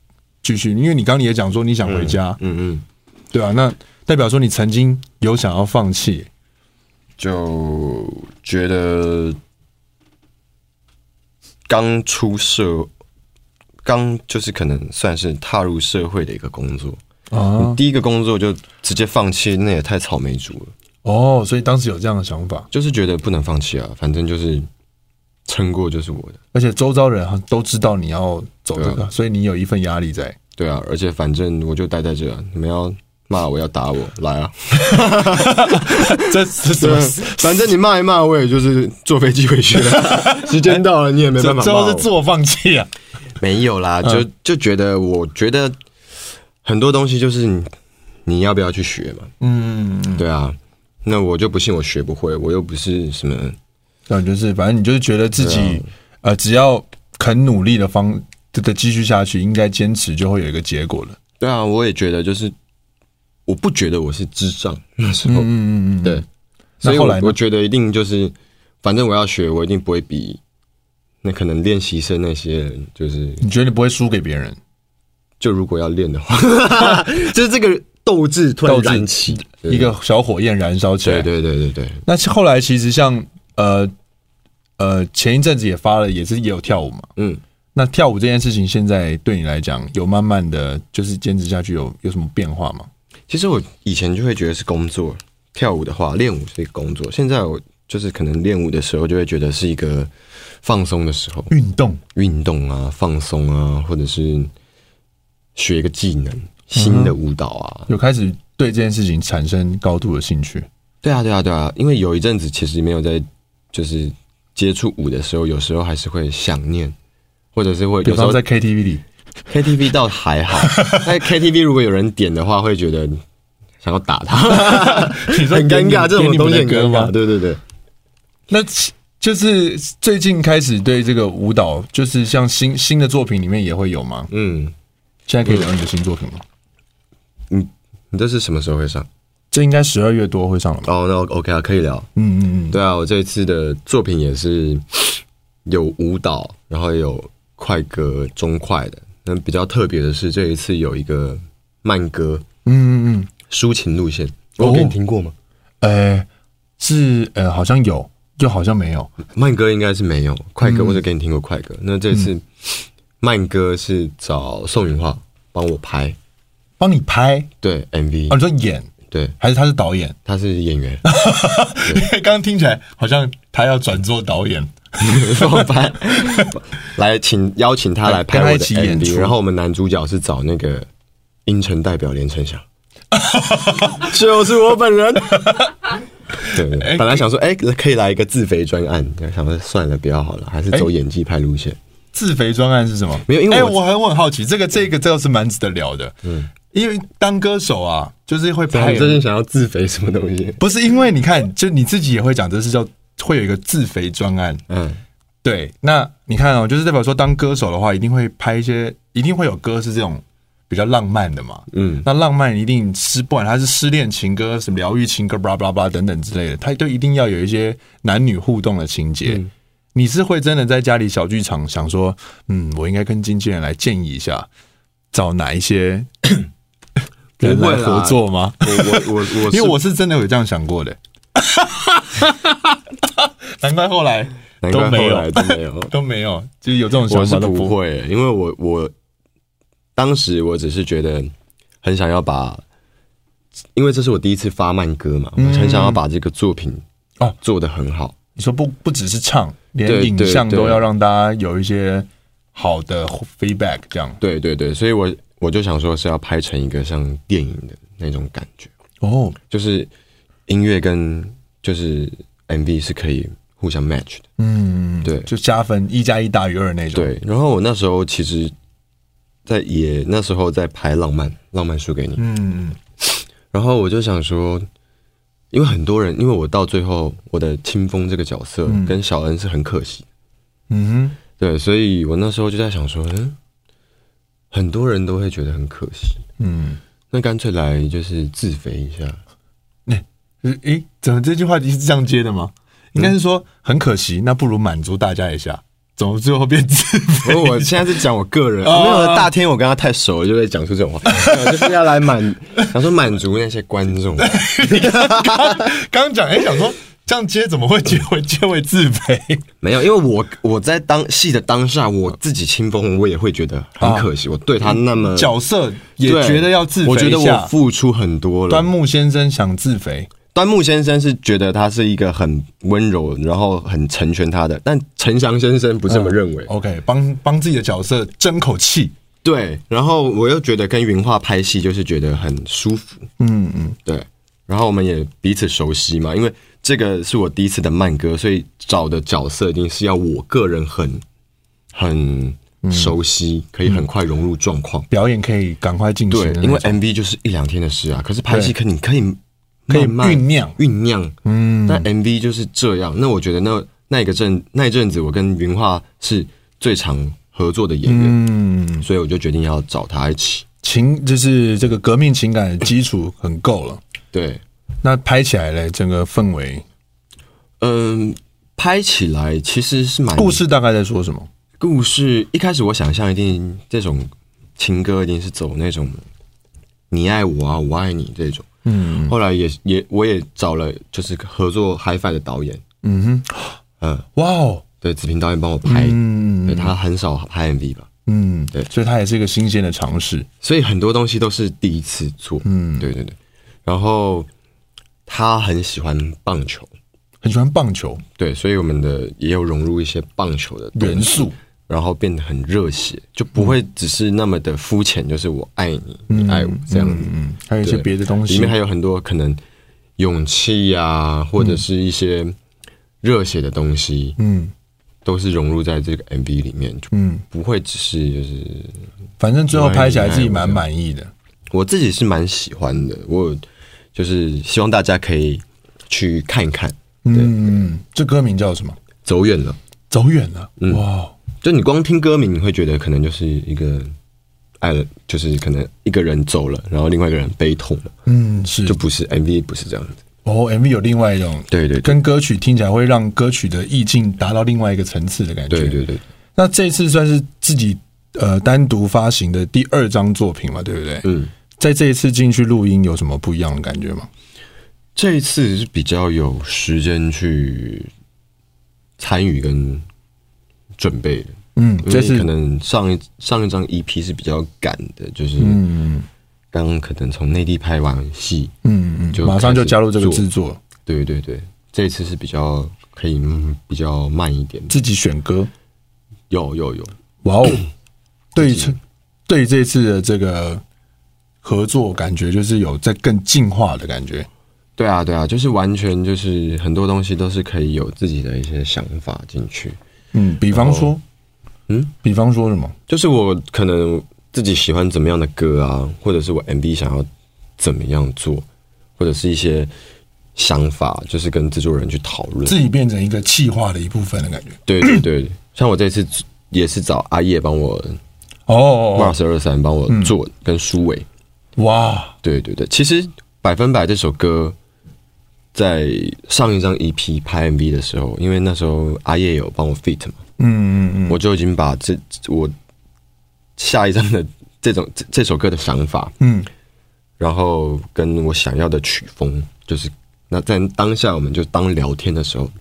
A: 继续？因为你刚刚也讲说你想回家，
B: 嗯嗯，
A: 对吧、那代表说你曾经有想要放弃，
B: 就觉得刚出社，刚就是可能算是踏入社会的一个工作，
A: 啊
B: 第一个工作就直接放弃，那也太草莓族了。
A: 哦，所以当时有这样的想法，
B: 就是觉得不能放弃啊，反正就是撑过就是我的，
A: 而且周遭人好像都知道你要走这个，所以你有一份压力在。
B: 对啊，而且反正我就待在这啊，你们要骂我要打我来啊，
A: 这是什么？
B: 反正你骂一骂，我也就是坐飞机回去 了，时间到了你也没
A: 这
B: 办法
A: 最
B: 骂
A: 后
B: 我嗯
A: 是自我放弃啊！
B: 没有啦，就就觉得我觉得很多东西就是你你要不要去学嘛，
A: 嗯，
B: 对啊，那我就不信我学不会，我又不是什么
A: 那你就是反正你就是觉得自己、呃，只要肯努力的方的的继续下去，应该坚持就会有一个结果了。
B: 对啊，我也觉得就是，我不觉得我是智障， 那时候，
A: 嗯嗯嗯
B: 对，
A: 那
B: 所以我
A: 后来呢
B: 我觉得一定就是，反正我要学，我一定不会比那可能练习生那些人，就是
A: 你觉得你不会输给别人？
B: 就如果要练的话，就是这个斗志突然
A: 斗志
B: 燃起，对
A: 一个小火焰燃烧起来。
B: 对对对对对，
A: 那后来其实像呃呃前一阵子也发了，也是也有跳舞嘛。
B: 嗯，
A: 那跳舞这件事情，现在对你来讲，有慢慢的就是坚持下去有，有什么变化吗？
B: 其实我以前就会觉得是工作，跳舞的话，练舞是一个工作，现在我就是可能练舞的时候就会觉得是一个放松的时候，
A: 运动，
B: 运动啊、放松啊，或者是学一个技能、新的舞蹈啊。
A: 有开始对这件事情产生高度的兴趣。
B: 对啊，对啊，对啊，因为有一阵子其实没有在就是接触舞的时候，有时候还是会想念，或者是会
A: 比
B: 有时
A: 方
B: 候
A: 在 KTV 里，
B: KTV 倒还好，但 KTV 如果有人点的话，会觉得想要打他，
A: 你说
B: 很尴
A: 点你
B: 尬，这
A: 点
B: 种
A: 你们
B: 东西
A: 的
B: 很
A: 歌
B: 尴
A: 吗
B: 尬。？对对对，
A: 那其就是最近开始对这个舞蹈，就是像新新的作品里面也会有吗？
B: 嗯，
A: 现在可以聊你的新作品吗？
B: 你这是什么时候会上？
A: 这应该十二月多会上了吧？
B: 哦，那 OK 啊，可以聊。
A: 嗯嗯嗯，
B: 对啊，我这一次的作品也是有舞蹈，然后也有快歌、中快的。那比较特别的是，这一次有一个慢歌
A: 嗯嗯嗯，
B: 抒情路线，
A: 哦
B: 我给你听过吗？
A: 呃，是呃，好像有，又好像没有。
B: 慢歌应该是没有，快
A: 嗯
B: 歌我只给你听过快歌。那这次慢歌是找宋云桦帮我拍，
A: 帮你拍
B: 对 MV，、
A: 啊？你说演
B: 对，
A: 还是他是导演？
B: 他是演员，
A: 因为 刚刚听起来好像他要转做导演。
B: 帮我拍，来请邀请他来拍
A: 跟他
B: 我
A: 一
B: 的
A: 起演
B: MV，
A: 出
B: 然后我们男主角是找那个英城代表连城祥，就是我本人。对
A: 哎
B: 对，本来想说，哎、可以来一个自肥专案，但想说算了，不要好了，还是
A: 哎
B: 走演技派路线。
A: 自肥专案是什么？
B: 没有因为
A: 哎
B: 我
A: 我很我很好奇，这个这个倒是蛮值得聊的。嗯，因为当歌手啊，就是会
B: 他
A: 拍
B: 们最近想要自肥什么东西？
A: 不是因为你看，就你自己也会讲，这是叫会有一个自肥专案。
B: 嗯，
A: 对，那你看哦，就是代表说，当歌手的话，一定会拍一些，一定会有歌是这种比较浪漫的嘛。
B: 嗯，
A: 那浪漫一定失，不管它是失恋情歌、什么疗愈情歌、巴拉巴拉巴拉等等之类的，它都一定要有一些男女互动的情节。你是会真的在家里小剧场想说，嗯，我应该跟经纪人来建议一下，找哪一些人来合作吗？
B: 我我我 我，
A: 因为我是真的有这样想过的。难怪后来
B: 难
A: 都
B: 怪
A: 没
B: 后
A: 有。
B: 来都没有
A: 都没有，就是有这种
B: 我
A: 想
B: 是
A: 法都
B: 不
A: 不会。
B: 会，因为我我当时我只是觉得很想要把，因为这是我第一次发慢歌嘛，我很想要把这个作品
A: 嗯哦
B: 做得很好。
A: 你说不不只是唱，连
B: 对
A: 影
B: 对
A: 像都
B: 对
A: 要让大家有一些好的 feedback，这样
B: 对对对，所以我我就想说是要拍成一个像电影的那种感觉，
A: 哦，
B: 就是音乐跟就是 MV 是可以互相 match 的。
A: 嗯，
B: 对
A: 就加分一加一大于二那种。，
B: 对，然后我那时候其实，在也那时候在拍《浪漫浪漫输给你》，
A: 嗯，
B: 然后我就想说，因为很多人，因为我到最后我的清风这个角色跟小恩是很可惜，
A: 嗯哼，
B: 对，所以我那时候就在想说，嗯，很多人都会觉得很可惜，
A: 嗯，
B: 那干脆来就是自肥一 下，
A: 就是诶，怎么这句话是这样接的吗？应该是说很可惜，那不如满足大家一下，怎么最后变自
B: 不
A: 卑？
B: 过哦我现在是讲我个人，
A: 哦
B: 没有大天，我跟他太熟了，就会讲出这 种话，没有就是要来满，想说满足那些观众。
A: 刚讲诶，想说这样接怎么会结尾结尾自 卑？
B: 没有，因为我我在当戏的当下，我自己清风，我也会觉得很可惜。我对他那么
A: 角色啊也
B: 对
A: 觉得要自
B: 我觉
A: 肥
B: 得
A: 一
B: 我
A: 下。
B: 付出很多了。
A: 端
B: 端
A: 木先生想自肥，
B: 端木先生是觉得他是一个很温柔，然后很成全他的，但陈翔先生不这
A: 嗯
B: 么认为。
A: OK，帮帮自己的角色争口气。
B: 对，然后我又觉得跟云画拍戏就是觉得很舒服。
A: 嗯嗯，
B: 对，然后我们也彼此熟悉嘛，因为这个是我第一次的慢歌，所以找的角色一定是要我个人很很熟悉，可以
A: 嗯
B: 很快融入状况。
A: 表演可以赶快进行
B: 对
A: 的那，种。
B: 因为 MV 就是一两天的事啊，可是拍戏可你可以
A: 可以
B: 慢慢
A: 酝酿
B: 酝酿，嗯，但 MV 就是这样。那我觉得那那一个阵那一阵子，我跟云画是最常合作的演员，
A: 嗯，
B: 所以我就决定要找他一起。
A: 情就是这个革命情感的基础很够了。
B: 对，
A: 那拍起来嘞，整个氛围、
B: 嗯，拍起来其实是蛮
A: 故事大概在说什么？
B: 故事一开始我想象一定这种情歌一定是走那种你爱我啊，我爱你这种。
A: 嗯
B: 后来也也我也找了就是合作 HiFi 的导演，
A: 嗯
B: 嗯，
A: 哼，哇哦，
B: 对，子平导演帮我拍，
A: 嗯
B: 对他很少拍 MV 吧，
A: 嗯，
B: 对
A: 所以它也是一个新鲜的尝试。
B: 所以很多东西都是第一次做。
A: 嗯，
B: 对对对，然后他很喜欢棒球，
A: 很喜欢棒球
B: 对，所以我们的也有融入一些棒球的东西
A: 元，素，
B: 然后变得很热血，就不会
A: 嗯
B: 只是那么的肤浅，就是我爱你，你爱我这样子。
A: 嗯，还有一些
B: 对
A: 别的东西
B: 里面还有很多可能勇气呀、或者是一些热血的东西，
A: 嗯
B: 都是融入在这个 MV 里面，就
A: 嗯，
B: 不会只是就是
A: 反正最后拍起来
B: 我爱你
A: 自己蛮满意的。
B: 我自己是蛮喜欢的，我有就是希望大家可以去看一看。
A: 嗯，这歌名叫什么？
B: 走远了，
A: 走远了，
B: 嗯
A: 哇哦，
B: 就你光听歌名，你会觉得可能就是一个爱了，就是可能一个人走了，然后另外一个人悲痛了，
A: 嗯，是
B: 就不是 MV 不是这样子。
A: 哦，MV 有另外一种，
B: 对对对
A: 跟歌曲听起来会让歌曲的意境达到另外一个层次的感觉。
B: 对对对，
A: 那这次算是自己呃单独发行的第二张作品嘛，对不对？
B: 嗯，
A: 在这一次进去录音有什么不一样的感觉吗？
B: 这一次是比较有时间去参与跟准备的，
A: 嗯，
B: 因
A: 这
B: 为
A: 次
B: 可能上一上一张 EP 是比较赶的，就是
A: 嗯
B: 刚可能从内地拍完戏，
A: 嗯嗯，
B: 就
A: 马上就加入这个
B: 开始
A: 制作，
B: 对对对，这一次是比较可以、嗯比较慢一点。
A: 自己选歌，
B: 有有有，
A: 哇 哦！对这对这次的这个合作，感觉就是有在更进化的感觉。
B: 对啊对啊，就是完全就是很多东西都是可以有自己的一些想法进去。
A: 嗯，比方说，
B: 嗯，
A: 比方说什么？
B: 就是我可能自己喜欢怎么样的歌啊，或者是我 MV 想要怎么样做，或者是一些想法，就是跟制作人去讨论。
A: 自己变成一个气化的一部分的感觉。
B: 对对对，像我这次也是找阿叶帮我
A: 哦哦
B: Mars 二三帮我做，跟苏伟。
A: 哦，哇，
B: 对对对，其实《百分百》这首歌在上一张 EP 拍 MV 的时候，因为那时候阿叶有帮我 fit 嘛，
A: 嗯嗯嗯，
B: 我就已经把这我下一张的这种这这首歌的想法，
A: 嗯，
B: 然后跟我想要的曲风，就是那在当下我们就当聊天的时候，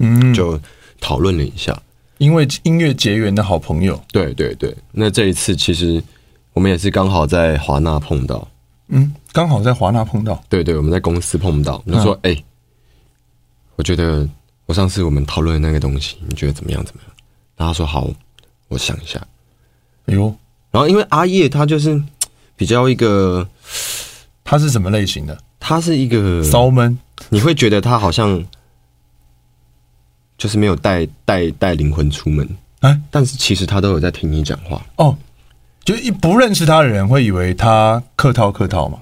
A: 嗯
B: 就讨论了一下。
A: 因为音乐结缘的好朋友，
B: 对对对，那这一次其实我们也是刚好在华纳碰到，
A: 嗯，刚好在华纳碰到，
B: 对对，我们在公司碰到，我就说，哎、我觉得我上次我们讨论的那个东西，你觉得怎么样？怎么样？然后他说好，我想一下。
A: 哎呦，
B: 然后因为阿叶他就是比较一个，
A: 他是什么类型的？
B: 他是一个
A: 骚闷，
B: 你会觉得他好像就是没有带带带灵魂出门，
A: 哎，
B: 但是其实他都有在听你讲话，
A: 哦，就一不认识他的人会以为他客套客套嘛，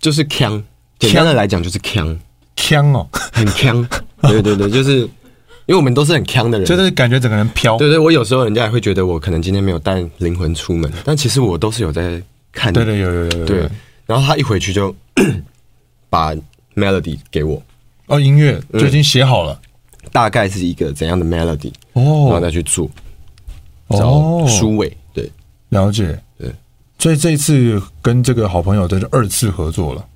B: 就是腔。简单的来讲就是腔，
A: 腔哦，
B: 很腔。 对对对，就是因为我们都是很腔的人，
A: 就是感觉整个人飘，
B: 对对，我有时候人家也会觉得我可能今天没有带灵魂出门，但其实我都是有在看。
A: 对对，有有有有，
B: 对
A: 有，
B: 然后他一回去就 把 melody 给我，
A: 哦，音乐就已经写好了，
B: 大概是一个怎样的 melody，然后
A: 哦
B: 再去做。
A: 哦
B: 找，苏伟，对
A: 了解，
B: 对，
A: 所以这一次跟这个好朋友的二次合作了，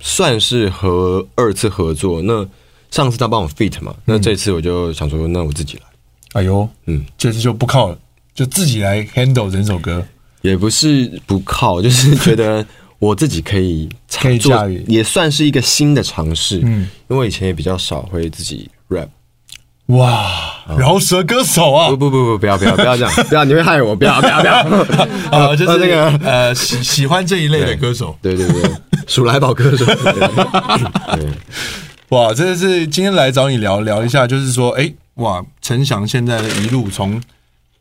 B: 算是和二次合作。那上次他帮我 fit 嘛，
A: 嗯
B: 那这次我就想说，那我自己来。
A: 哎呦，
B: 嗯，
A: 这次就不靠了，就自己来 handle 整首歌，
B: 也不是不靠，就是 觉得我自己可以
A: 可以
B: 做
A: 驾驭，
B: 也算是一个新的尝试。
A: 嗯
B: 嗯，因为我以前也比较少会自己 rap。
A: 哇，饶舌歌手啊
B: 哦不，不不不，不要不要不要这样， 不要你会害我，不要不要不要。
A: 啊，就是
B: 呃那个
A: 呃喜喜欢这一类的歌手，
B: 对对对，数来宝歌手。 对
A: 哇，这是今天来找你聊聊一下，就是说，哎、哇，陈翔现在的一路从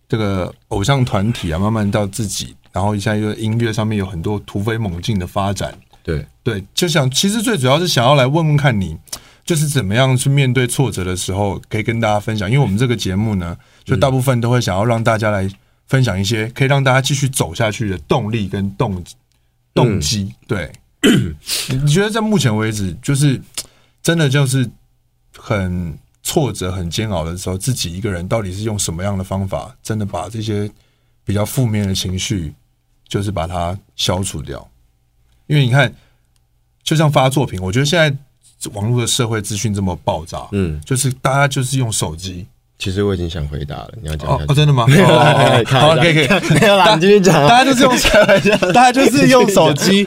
A: 这个偶像团体啊，慢慢到自己，然后一下又音乐上面有很多突飞猛进的发展，
B: 对
A: 对，就想其实最主要是想要来问问看你，就是怎么样去面对挫折的时候，可以跟大家分享。因为我们这个节目呢，就大部分都会想要让大家来分享一些可以让大家继续走下去的动力跟动动机。对，你你觉得在目前为止，就是真的就是很挫折、很煎熬的时候，自己一个人到底是用什么样的方法，真的把这些比较负面的情绪，就是把它消除掉？因为你看，就像发作品，我觉得现在网络的社会资讯这么爆炸，
B: 嗯
A: 就是大家就是用手机。
B: 其实我已经想回答了，你要讲
A: 哦
B: 一下。
A: 哦，真的吗？
B: 没有啦
A: 哦哦哦
B: 开
A: 好，
B: 玩笑
A: 可以可以，
B: 没有啦，你继续讲啊。
A: 大家就是用手， 大家就是用手 机。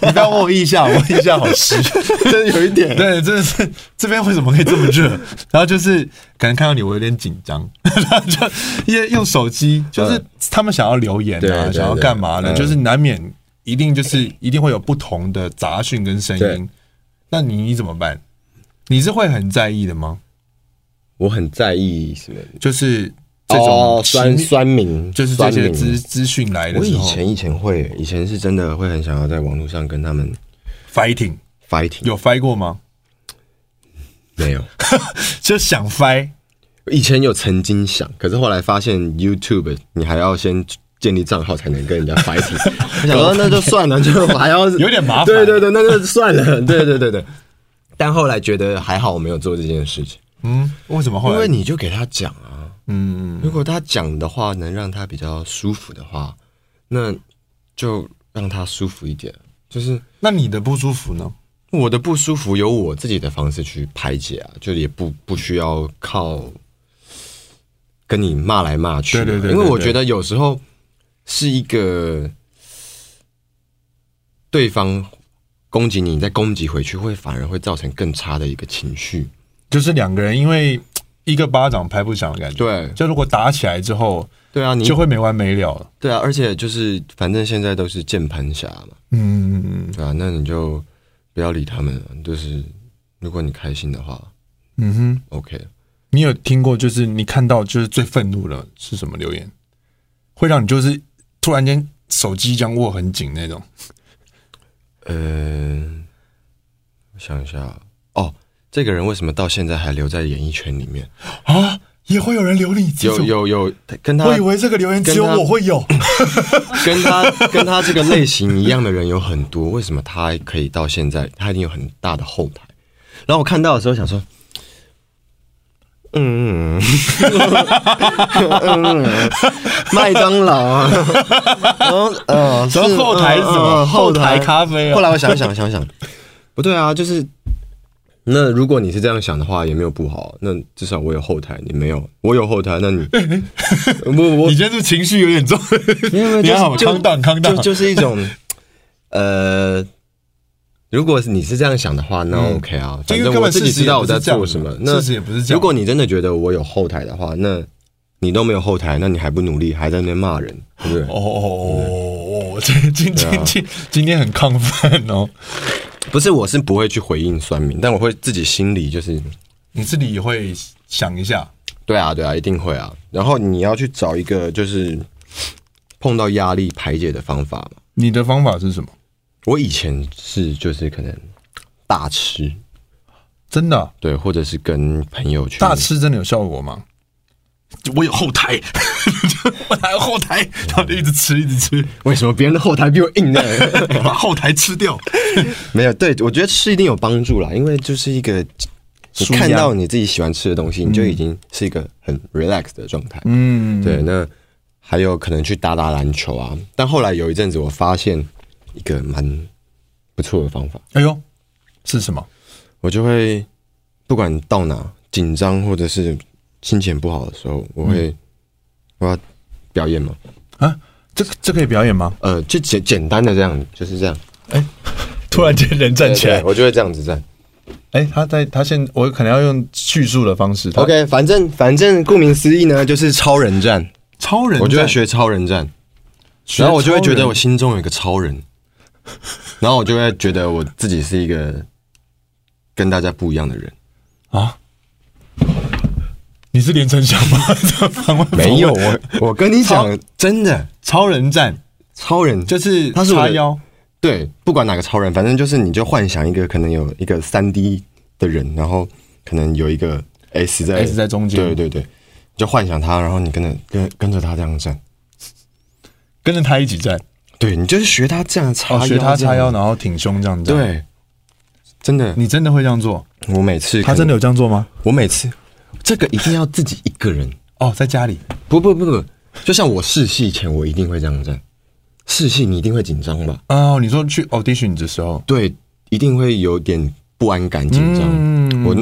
A: 你不要问我意向，我意向好 湿。
B: 真的有一点。
A: 对，真的是这边为什么可以这么热？然后就是可能看到你，我有点紧张， 然后就因为用手机，就是他们想要留言
B: 嗯对
A: 啊，
B: 对
A: 想要干嘛的，
B: 对嗯
A: 就是难免一定就是一定会有不同的杂讯跟声音
B: 对。
A: 那你你怎么办？你是会很在意的吗？
B: 我很在意什么
A: 就是这
B: 这
A: 种
B: 种哦酸
A: 奇
B: 酸民，
A: 就是这
B: 酸
A: 些
B: 民
A: 资资讯来的
B: 我
A: 时
B: 以
A: 候
B: 前以前会，以前是真的会很想要在网络上跟他们
A: ，fighting
B: fighting。
A: 有 fight 过吗？
B: 没有？
A: 就想 fight
B: 以前有曾经想，可是后来发现 YouTube 你还要先建立账号才能跟人家 fighting。我想说那就算了，就还要
A: 有点麻烦
B: 对对对，那就算了。对对对对。但后来觉得还好，我没有做这件事情，
A: 嗯，为什么后
B: 因为
A: 来？
B: 你就给他讲啊。
A: 嗯，
B: 如果他讲的话能让他比较舒服的话，那就让他舒服一点。就是
A: 那你的不舒服呢？
B: 我的不舒服有我自己的方式去排解啊，就也不不需要靠跟你骂来骂去啊。
A: 对对对对
B: 因为我
A: 对
B: 觉得有时候是一个对方攻击你，你再攻击回去，会反而会造成更差的一个情绪。
A: 就是两个人因为一个巴掌拍不响的感觉。，
B: 对
A: 就如果打起来之后，
B: 对啊，你
A: 就会没完没了了。
B: 对啊，而且就是反正现在都是键盘侠嘛。
A: 嗯
B: 对啊，那你就不要理他们了。就是如果你开心的话
A: 嗯哼，
B: ，OK。
A: 你有听过就是你看到就是最愤怒的是什么留言？会让你就是突然间手机这样握很紧那种。
B: 嗯、我想一下，哦，这个人为什么到现在还留在演艺圈里面？
A: 啊，也会有人留你这
B: 有
A: 种。
B: 有有，跟他
A: 我以为这个留言只有
B: 跟他
A: 我会有。
B: 跟他跟他这个类型一样的人有很多，为什么他可以到现在？他一定有很大的后台。然后我看到的时候想说。嗯，嗯嗯，麦当劳啊，然后呃，是
A: 然后后台是什么
B: 嗯嗯后
A: 后台咖啡啊
B: 后来我想一想想一想，不对啊，就是那如果你是这样想的话，也没有不好。那至少我有后台，你没有，我有后台，那你我我
A: 你今天是情绪有点重，
B: 没有没有
A: 你
B: 就是
A: 还好吗
B: 就
A: 康荡康荡
B: 就就是一种， 呃，如果你是这样想的话，那 OK 啊，反
A: 因为嗯
B: 正
A: 根
B: 我
A: 本
B: 自
A: 事
B: 己
A: 实也
B: 知道我
A: 不是
B: 在
A: 这样
B: 做
A: 的
B: 什么
A: 嘛。
B: 那
A: 事实也不是这样
B: 如果你真的觉得我有后台的话，那你都没有后台，那你还不努力，还在那边骂人，对不对？
A: 哦哦哦，今今
B: 对
A: 今
B: 啊
A: 今今天很亢奋哦。
B: 不是，我是不会去回应酸民，但我会自己心里就是，
A: 你自己也会想一下，
B: 对啊，对啊，一定会啊。然后你要去找一个就是碰到压力排解的方法嘛。
A: 你的方法是什么？
B: 我以前是就是可能大吃，
A: 真的啊
B: 对，或者是跟朋友去
A: 大吃真的有效果吗？我有后台， 我还有后台，然后就一直吃，一直 吃，
B: 为什么别人的后台比我硬呢？
A: 把后台吃掉。
B: 没有，对我觉得吃一定有帮助啦，因为就是一个你
A: 舒压
B: 看到你自己喜欢吃的东西，你就已经是一个很 relax 的状态。
A: 嗯，
B: 对，那还有可能去打打篮球啊。但后来有一阵子，我发现一个蛮不错的方法，
A: 哎呦，是什么？
B: 我就会不管到哪紧张或者是心情不好的时候，我会、我要表演嘛，
A: 啊，这个这可以表演吗？
B: 呃，就简简单的这样，就是这样
A: 突然间人站起
B: 对
A: 来
B: 对，我就会这样子站。
A: 哎，他在他现我可能要用叙述的方式。他
B: OK，反正反正顾名思义呢，就是超人战，
A: 超人，
B: 我就会，学超人战，然后我就会觉得我心中有一个超人，然后我就会觉得我自己是一个跟大家不一样的人。
A: 啊，你是连城祥吗？ 这访问
B: 没有，我我跟你讲，真的
A: 超人战，
B: 超人就
A: 就是
B: 他是我
A: 叉
B: 的
A: 腰，
B: 对，不管哪个超人，反正就是你就幻想一个可能有一个三 D 的人，然后可能有一个 S 在
A: S 在中间
B: 对对对，就幻想他，然后你跟着跟跟着他这样站。
A: 跟着他一起站，
B: 对你就是学他这样叉
A: 哦，
B: 腰，
A: 学他叉腰，，然后挺胸这样站。，
B: 对，真的，
A: 你真的会这样做？
B: 我每次
A: 他真的，有这样做吗？
B: 我每次这个一定要自己一个人，
A: 哦，在家里，
B: 不不不不，就像我试戏前，我一定会这样站，试戏你一定会紧张吧？
A: 哦，你说去 audition 的时候，
B: 对，一定会有点不安感、紧张。
A: 嗯
B: 我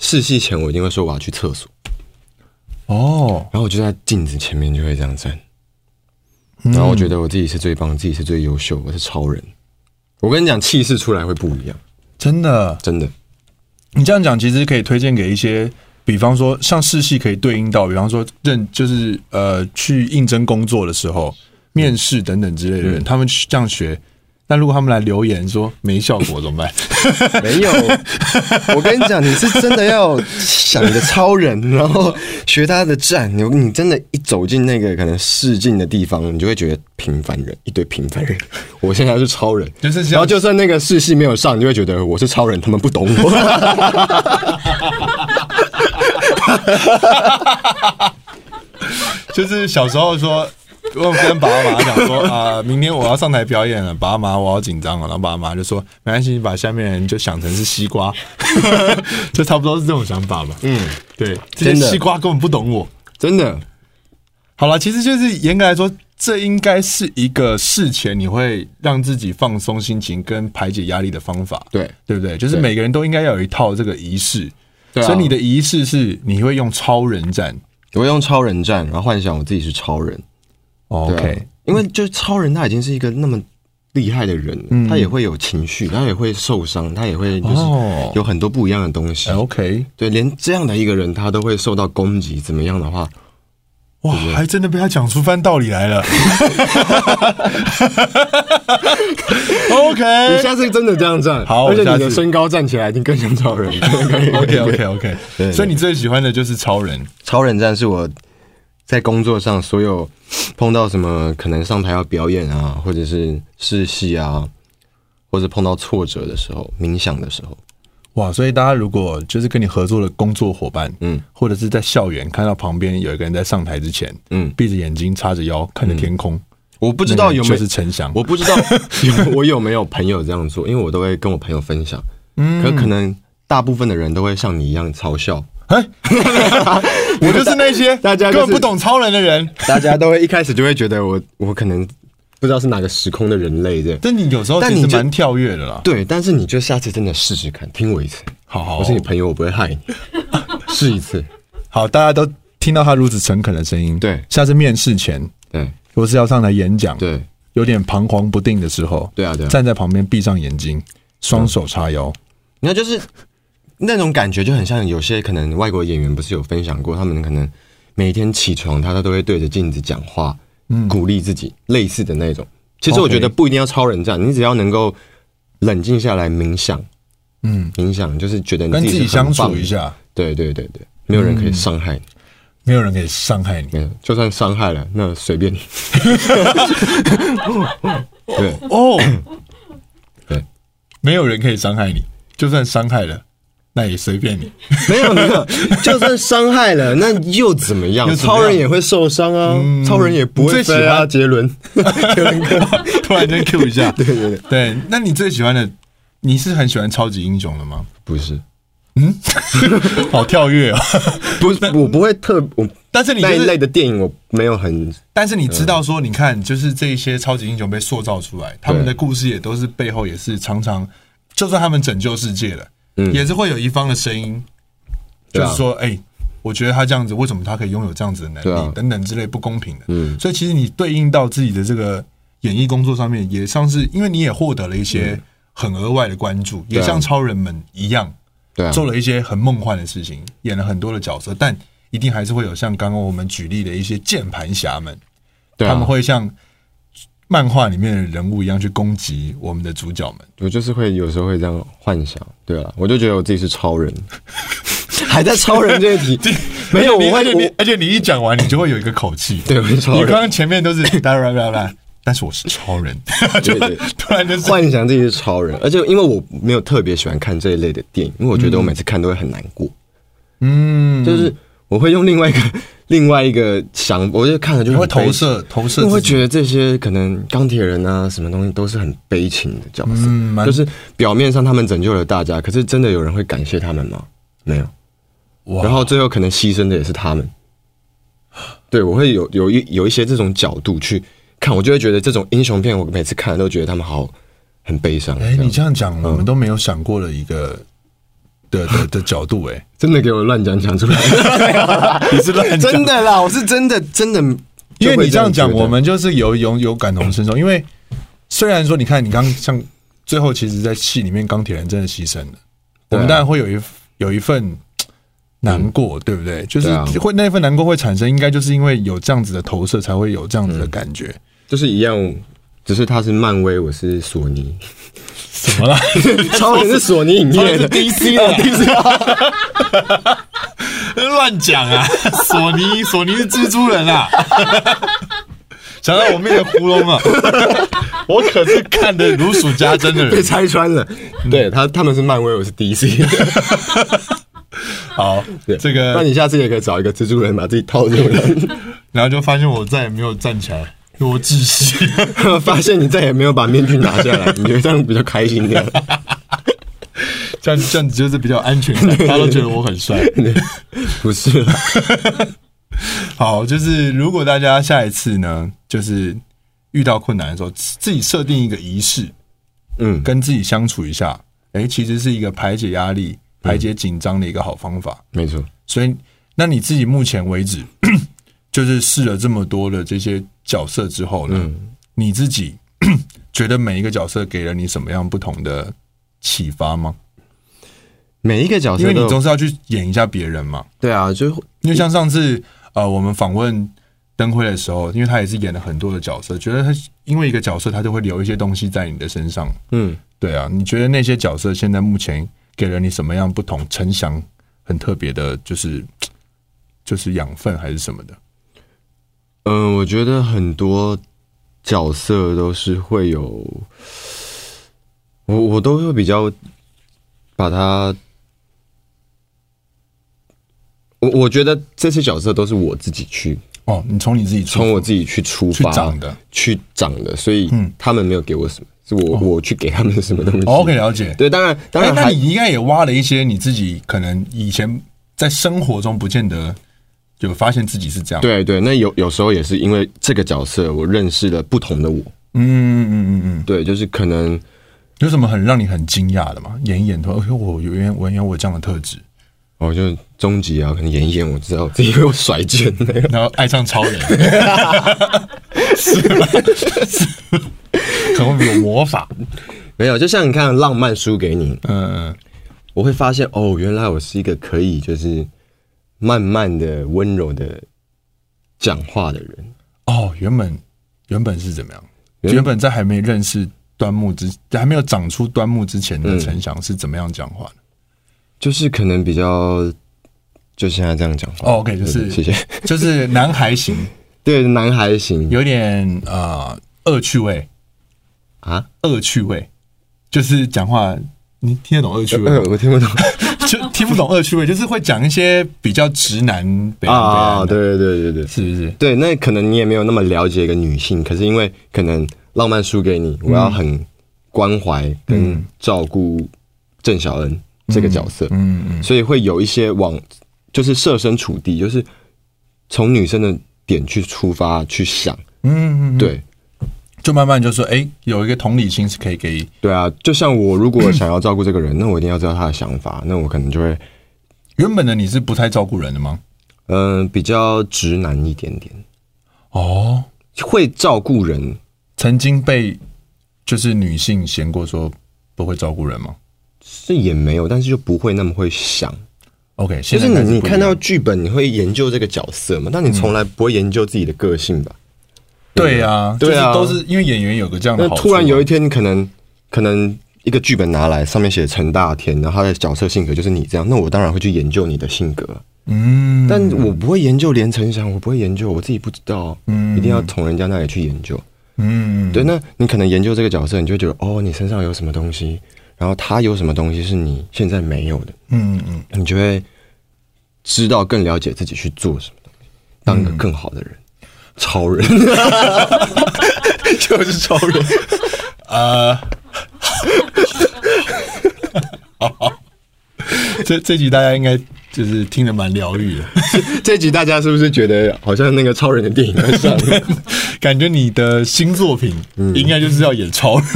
B: 试戏前，我一定会说我要去厕所，
A: 哦，
B: 然后我就在镜子前面就会这样站，然后我觉得我自己是最棒，自己是最优秀，我是超人。我跟你讲，气势出来会不一样，
A: 真的，
B: 真的。
A: 你这样讲其实可以推荐给一些，比方说像试戏可以对应到，比方说认就是呃去应征工作的时候，面试等等之类的人，他们去这样学。那如果他们来留言说没效果怎么办？
B: 没有，我跟你讲，你是真的要想你的超人，然后学他的战。你你真的，一走进那个可能试镜的地方，你就会觉得平凡人一堆平凡 人。我现在是超人，
A: 就是像
B: 然后就算那个试戏没有上，你就会觉得我是超人，他们不懂 我。
A: 就是小时候说，我跟爸爸妈妈讲说啊、明天我要上台表演了，爸爸妈妈我好紧张哦。然后爸爸妈妈就说，没关系，你把下面的人就想成是西瓜， 就差不多是这种想法嘛。嗯，对，这些
B: 真的
A: 西瓜根本不懂我。
B: 真的，
A: 好了，其实就是严格来说，这应该是一个事前你会让自己放松心情跟排解压力的方法，
B: 对
A: 对不对？就是
B: 对
A: 每个人都应该要有一套这个仪式。
B: 对啊
A: 所以你的仪式是你会用超人战。
B: 我会用超人战，然后幻想我自己是超人。
A: 哦
B: 对啊
A: OK，
B: 因为就是超人，他已经是一个那么厉害的人了，他也会有情绪，他也会受伤，他也会就是
A: 哦
B: 有很多不一样的东西。
A: 哎 OK，
B: 对，连这样的一个人，他都会受到攻击，怎么样的话，
A: 哇，还真的被他讲出番道理 来了。
B: 你
A: OK
B: 下次真的这样站，
A: 好我
B: 而且你
A: 下
B: 的
A: 次
B: 身高站起来，你更像超人。
A: OK OK OK，
B: 对
A: 所以你最喜欢的就是超人。
B: 超人战是我在工作上所有碰到什么可能上台要表演啊，或者是试戏啊，或者碰到挫折的时候，冥想的时候，
A: 哇，所以大家如果就是跟你合作的工作伙伴，嗯
B: 嗯，
A: 或者是在校园看到旁边有一个人在上台之前，嗯
B: 嗯，
A: 闭着眼睛插着腰看着天空，
B: 我不
A: 不
B: 知道有没有
A: 就是陈翔，
B: 我不知道有 我有没有朋友这样做，因为我都会跟我朋友分享。可可能大部分的人都会像你一样嘲 笑，
A: 哎，我就是那些
B: 大家就是
A: 根本不懂超人的人。
B: 大家都会一开始就会觉得我我可能不知道是哪个时空的人类这样。
A: 但你有时候
B: 但
A: 其
B: 你
A: 实
B: 就
A: 蛮跳跃的啦。
B: 对，但是你就下次真的试试看，听我一次，
A: 好好
B: 我是你朋友，我不 会害你。试一次，
A: 好，大家都听到他如此诚恳的声音。
B: 对
A: 下次面试前，
B: 对
A: 如果是要上台演讲，，
B: 对
A: 有点彷徨不定的时候，
B: 对啊对啊
A: 站在旁边闭上眼睛，双手叉腰，
B: 那就是那种感觉，就很像有些可能外国演员不是有分享过，他们可能每天起床，他他都会对着镜子讲话，
A: 嗯
B: 鼓励自己，类似的那种。其实
A: OK
B: 我觉得不一定要超人战，你只要能够冷静下来冥想，
A: 嗯，
B: 冥想就是觉得你
A: 跟自
B: 自
A: 己
B: 是
A: 相
B: 很棒
A: 处
B: 的
A: 一，下，
B: 对对对对，没有人可以伤害你，
A: 没有人可以伤害你。
B: 没有，就算伤害了，那随便你。 对，
A: 哦，
B: 对，
A: 没有人可以伤害你，就算伤害了，那也随 便你。
B: 没有没有，就算伤害了，那又怎么样？
A: 又怎么样嗯
B: 超人也会受伤啊，超人也不
A: 你最
B: 会
A: 喜
B: 飞
A: 欢
B: 啊。杰伦，杰伦哥，
A: 突然间 Q 一下，
B: 对对对，
A: 对，那你最喜欢的，你是很喜欢超级英雄的吗？
B: 不是，
A: 好跳跃哦！
B: 不是，我不会特我
A: 但是你就
B: 那一类
A: 是，
B: 的电影我没有很
A: 但是你知道说，你看，就是这一些超级英雄被塑造出来，他们的故事也都是背后也是常常，就算他们拯救世界了，
B: 嗯
A: 也是会有一方的声音，
B: 对
A: 就
B: 啊
A: 是说，哎、我觉得他这样子，为什么他可以拥有这样子的能
B: 对
A: 力、
B: 啊
A: 等等之类不公平的。
B: 嗯
A: 所以其实你对应到自己的这个演艺工作上面，也像是因为你也获得了一些很额外的关注，也
B: 嗯对啊
A: 像超人们一样。
B: 对啊，
A: 做了一些很梦幻的事情，演了很多的角色，但一定还是会有像刚刚我们举例的一些键盘侠们，
B: 对啊
A: 他们会像漫画里面的人物一样去攻击我们的主角们。
B: 我就是会有时候会这样幻想，对啊，我就觉得我自己是 超人，还在超人这一题，没有，我
A: 而
B: 会
A: 且你而且
B: 我
A: 你而且你一讲完，你就会有一个口气。
B: 对我是超
A: 你
B: 人
A: 刚，刚前面 都是哒啦啦啦，但是我是超人， 就
B: 对对
A: 突然 就是
B: 幻想自己是超人，而且因为我没有特别喜欢看这一类的电影，因为我觉得我每次看都会很难过。
A: 嗯，
B: 就是我会用另外一个另外一个想，我就看了就
A: 你
B: 很
A: 会投
B: 悲情，
A: 射投射自
B: 因
A: 己，
B: 为会觉得这些可能钢铁人啊什么东西都是很悲情的角色，
A: 嗯蛮
B: 就是表面上他们拯救了大家，可是真的有人会感谢他们吗？没有，
A: 哇
B: 然后最后可能牺牲的也是他们。对，我会有有一有一些这种角度去看，我就会觉得这种英雄片，我每次看都觉得他们好很悲伤。
A: 哎、
B: 这样
A: 你这样
B: 嗯
A: 讲，我们都没有想过的一个的的 的角度、哎。
B: 真的给我乱讲讲出来，
A: 你 是乱讲
B: 真的啦，我是真的真的，
A: 因为你这样
B: 就
A: 讲，
B: 会觉得
A: 我们就是有有有感同身受。因为虽然说，你看你刚像最后，其实，在戏里面钢铁人真的牺牲了，我
B: 啊
A: 们当然会有一有一份嘖难过，对不对？就是
B: 嗯对啊
A: 会那份难过会产生，应该就是因为有这样子的投射，才会有这样
B: 嗯
A: 子的感觉。
B: 就是一样，只是他是漫威，我是索尼，
A: 怎么了？
B: 超人是索尼 影哦业 的
A: DC 的 DC 乱讲啊！ 索尼索尼是蜘蛛人啊！ 想到我面前糊弄 啊！我可是看得如数家珍的
B: 被
A: 人。
B: 拆穿了。
A: 嗯
B: 对他，他们是漫威，我是 DC 的。
A: 好
B: 对，
A: 这个
B: 那你下次也可以找一个蜘蛛人把自己套住 了，
A: 然后就发现我再也没有站起来，因为我窒息。
B: 发现你再也没有把面具拿 下来，你觉得这样比较开心点。
A: 这样这样子就是比较安全感，大家都觉得我很 帅。
B: 不是啦，
A: 好，就是如果大家下一次呢，就是遇到困难的时候，自自己设定一个仪式，
B: 嗯，
A: 跟自己相处一下，哎，其实是一个排解压力、排解紧张的一个好方法。
B: 没错，
A: 所以，那你自己目前为止， 就是试了这么多的这些角色之后呢，你自己 觉得每一个角色给了你什么样不同的启发吗？
B: 每一个角
A: 因
B: 色
A: 为
B: 都
A: 你
B: 有
A: 总是要去演一下别人嘛。
B: 对啊，就
A: 因为像上次呃，我们访问灯辉的时候，因为他也是演了很多的角色，觉得他因为一个角色，他就会留一些东西在你的身上。
B: 嗯，
A: 对啊，你觉得那些角色现在目前给了你什么样不同、陈翔很特别的，就是就是养分还是什么的？
B: 嗯，我觉得很多角色都是会有，我我都会比较把它，我我觉得这些角色都是我自己去
A: 哦，你从你自己出
B: 从我自己去出
A: 去
B: 发
A: 长的。
B: 去长的，所以他们没有给我什么，是我、我去给他们什么东西。
A: 哦 OK，了解。
B: 对，当然当
A: 哎
B: 然
A: 那
B: 还
A: 你应该也挖了一些你自己可能以前在生活中不见得有发现自己是这样。，
B: 对对，那有有时候也是因为这个角色，我认识了不同的我。
A: 嗯嗯嗯嗯
B: 对，就是可能
A: 有什么很让你很惊讶的吗？演一演说，哎呦，我原我原来我有这样的特质，
B: 哦我就终极啊，可能演一演，我知道我自己被我甩卷那个。
A: 然后爱上超人，是吧？是可能有魔法，
B: 没有，就像你看《浪漫输给你》，
A: 嗯，
B: 我会发现哦，原来我是一个可以就是慢慢的、温柔的讲话的人。
A: 哦，原本原本是怎么样？
B: 原
A: 原本在还没认识端木之，还没有长出端木之前的陈翔是怎么样讲话的？
B: 就是可能比较，就现在这样讲
A: 哦
B: 话。
A: ，OK，就
B: 对
A: 是
B: 谢谢。
A: 就是男孩型，
B: 对，男孩型
A: 有点呃恶趣味，
B: 啊，
A: 恶趣味就是讲话，你听得懂恶趣味
B: 呃
A: 吗？
B: 我听不懂
A: 就听不懂恶趣味，就是会讲一些比较直男北
B: 啊
A: 南北
B: 啊！
A: 南的，
B: 对对对对对
A: 是不是？
B: 对，那可能你也没有那么了解一个女性，可是因为可能浪漫输给你，我要很关怀跟照顾郑晓恩这个角色，
A: 嗯嗯，
B: 所以会有一些往就是设身处地，就是从女生的点去出发去想，
A: 嗯嗯，嗯，
B: 对。
A: 就慢慢就说，哎、有一个同理心是可以给
B: 对啊，就像我如果想要照顾这个人，那我一定要知道他的想法，那我可能就会
A: 原本的你是不太照顾人的吗？
B: 嗯、比较直男一点点，
A: 哦，
B: 会照顾人，
A: 曾经被就是女性嫌过说不会照顾人吗
B: 是也没有，但是就不会那么会想。
A: ？OK，
B: 就
A: 现
B: 是
A: 在
B: 你
A: 开始
B: 你
A: 不一样
B: 看到剧本，你会研究这个角色嘛？但你从来不会研究自己的个性吧？
A: 对啊，
B: 对啊
A: 就是都是因为演员有个这样
B: 那
A: 的好处啊、
B: 突然有一天，你可能可能一个剧本拿来，上面写陈大天，然后他的角色性格就是你这样，那我当然会去研究你的性格，
A: 嗯，
B: 但我不会研究连城祥，我不会研究，我自己不知道，
A: 嗯
B: 一定要从人家那里去研究。
A: 嗯
B: 对，那你可能研究这个角色，你就会觉得哦，你身上有什么东西，然后他有什么东西是你现在没有的，
A: 嗯嗯，
B: 你就会知道更了解自己去做什么东西，当一
A: 嗯
B: 个更好的人，超人， 就是超人。
A: 这这集大家应该就是听得蛮疗愈的，
B: 这集大家是不是觉得好像那个超人的电影在上？
A: 感觉你的新作品应该就是要演超人，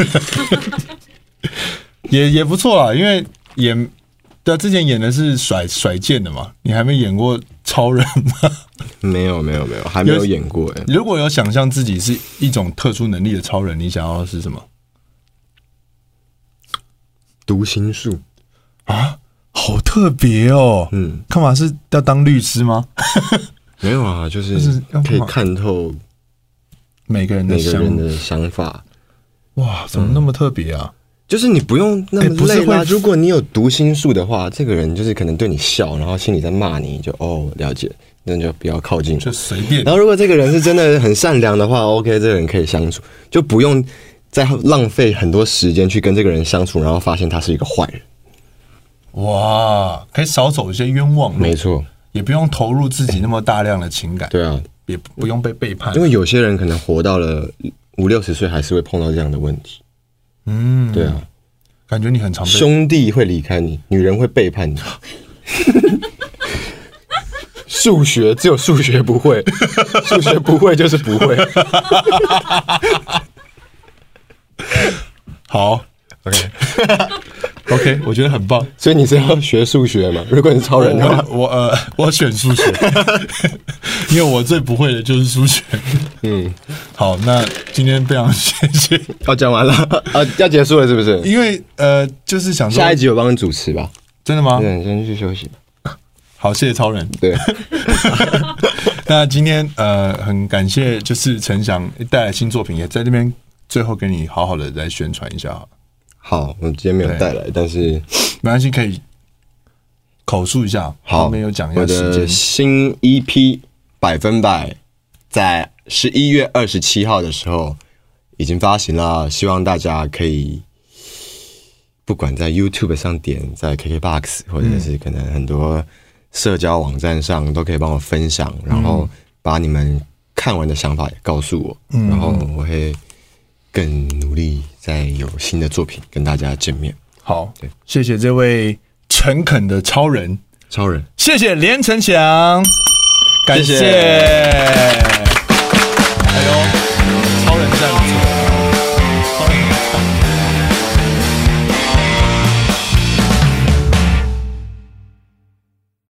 A: 也也不错啦，因为演对啊之前演的是甩甩剑的嘛，你还没演过超人吗？
B: 没有没有没有，还没有演过哎、
A: 如果有想象自己是一种特殊能力的超人，你想要是什么
B: 读心术，
A: 啊？好特别哦，嗯
B: 嗯，
A: 干嘛是要当律师吗？
B: 没有啊，就是
A: 是要干嘛
B: 可以看透
A: 每个人的
B: 每个
A: 想
B: 人的想法。
A: 哇，怎么那么特别啊？
B: 就是你不用那
A: 哎
B: 么
A: 不是
B: 累啦、
A: 会
B: 如果你有读心术的话，这个人就是可能对你笑，然后心里在骂你，就哦了解，那就不要靠近我
A: 就随便
B: 然后如果这个人是真的很善良的话 ，OK，这个人可以相处，就不用再浪费很多时间去跟这个人相处，然后发现他是一个坏人。
A: 哇，可以少走一些冤枉路，
B: 没错，
A: 也不用投入自己那么大量的情感，
B: 对啊，
A: 也不不用被背叛
B: 因。为有些人可能活到了五六十岁，还是会碰到这样的问题。
A: 嗯，
B: 对啊，
A: 感觉你很常被
B: 兄弟会离开你，女人会背叛你。数学只有数学不会，数学不会就是不会。
A: 好。OK，OK，我觉得很棒。
B: 所以你是要学数学嘛？如果你是超人的话
A: 我，我呃，我选数学， 因为我最不会的就是数学。
B: 嗯，
A: 好，那今天非常谢谢，
B: 哦，讲完了，啊，要结束了是 不是？
A: 因为呃，就是想说
B: 下一集我帮你主持吧。
A: 真的吗？
B: 对，你先去休息吧。
A: 好，谢谢超人。
B: 对，
A: 那今天呃，很感谢就是陈翔带来新作品，也在这边最后给你好好的来宣传一下好了，
B: 好，我今天没有带来，但是
A: 没关系，可以口述一下，
B: 好，
A: 后面有讲一
B: 我
A: 下时
B: 的
A: 间。
B: 新 EP 百分百在十一月二十七号的时候已经发行了，希望大家可以不管在 YouTube 上点，在 KKBox 或者是可能很多社交网站上都可以帮我分享，然后把你们看完的想法也告诉我，
A: 嗯
B: 然后我会更努力再有新的作品跟大家见面。
A: 好，谢谢这位诚恳的超人，
B: 超人。
A: 谢谢连城翔，感哎
B: 谢
A: 谢。
B: 谢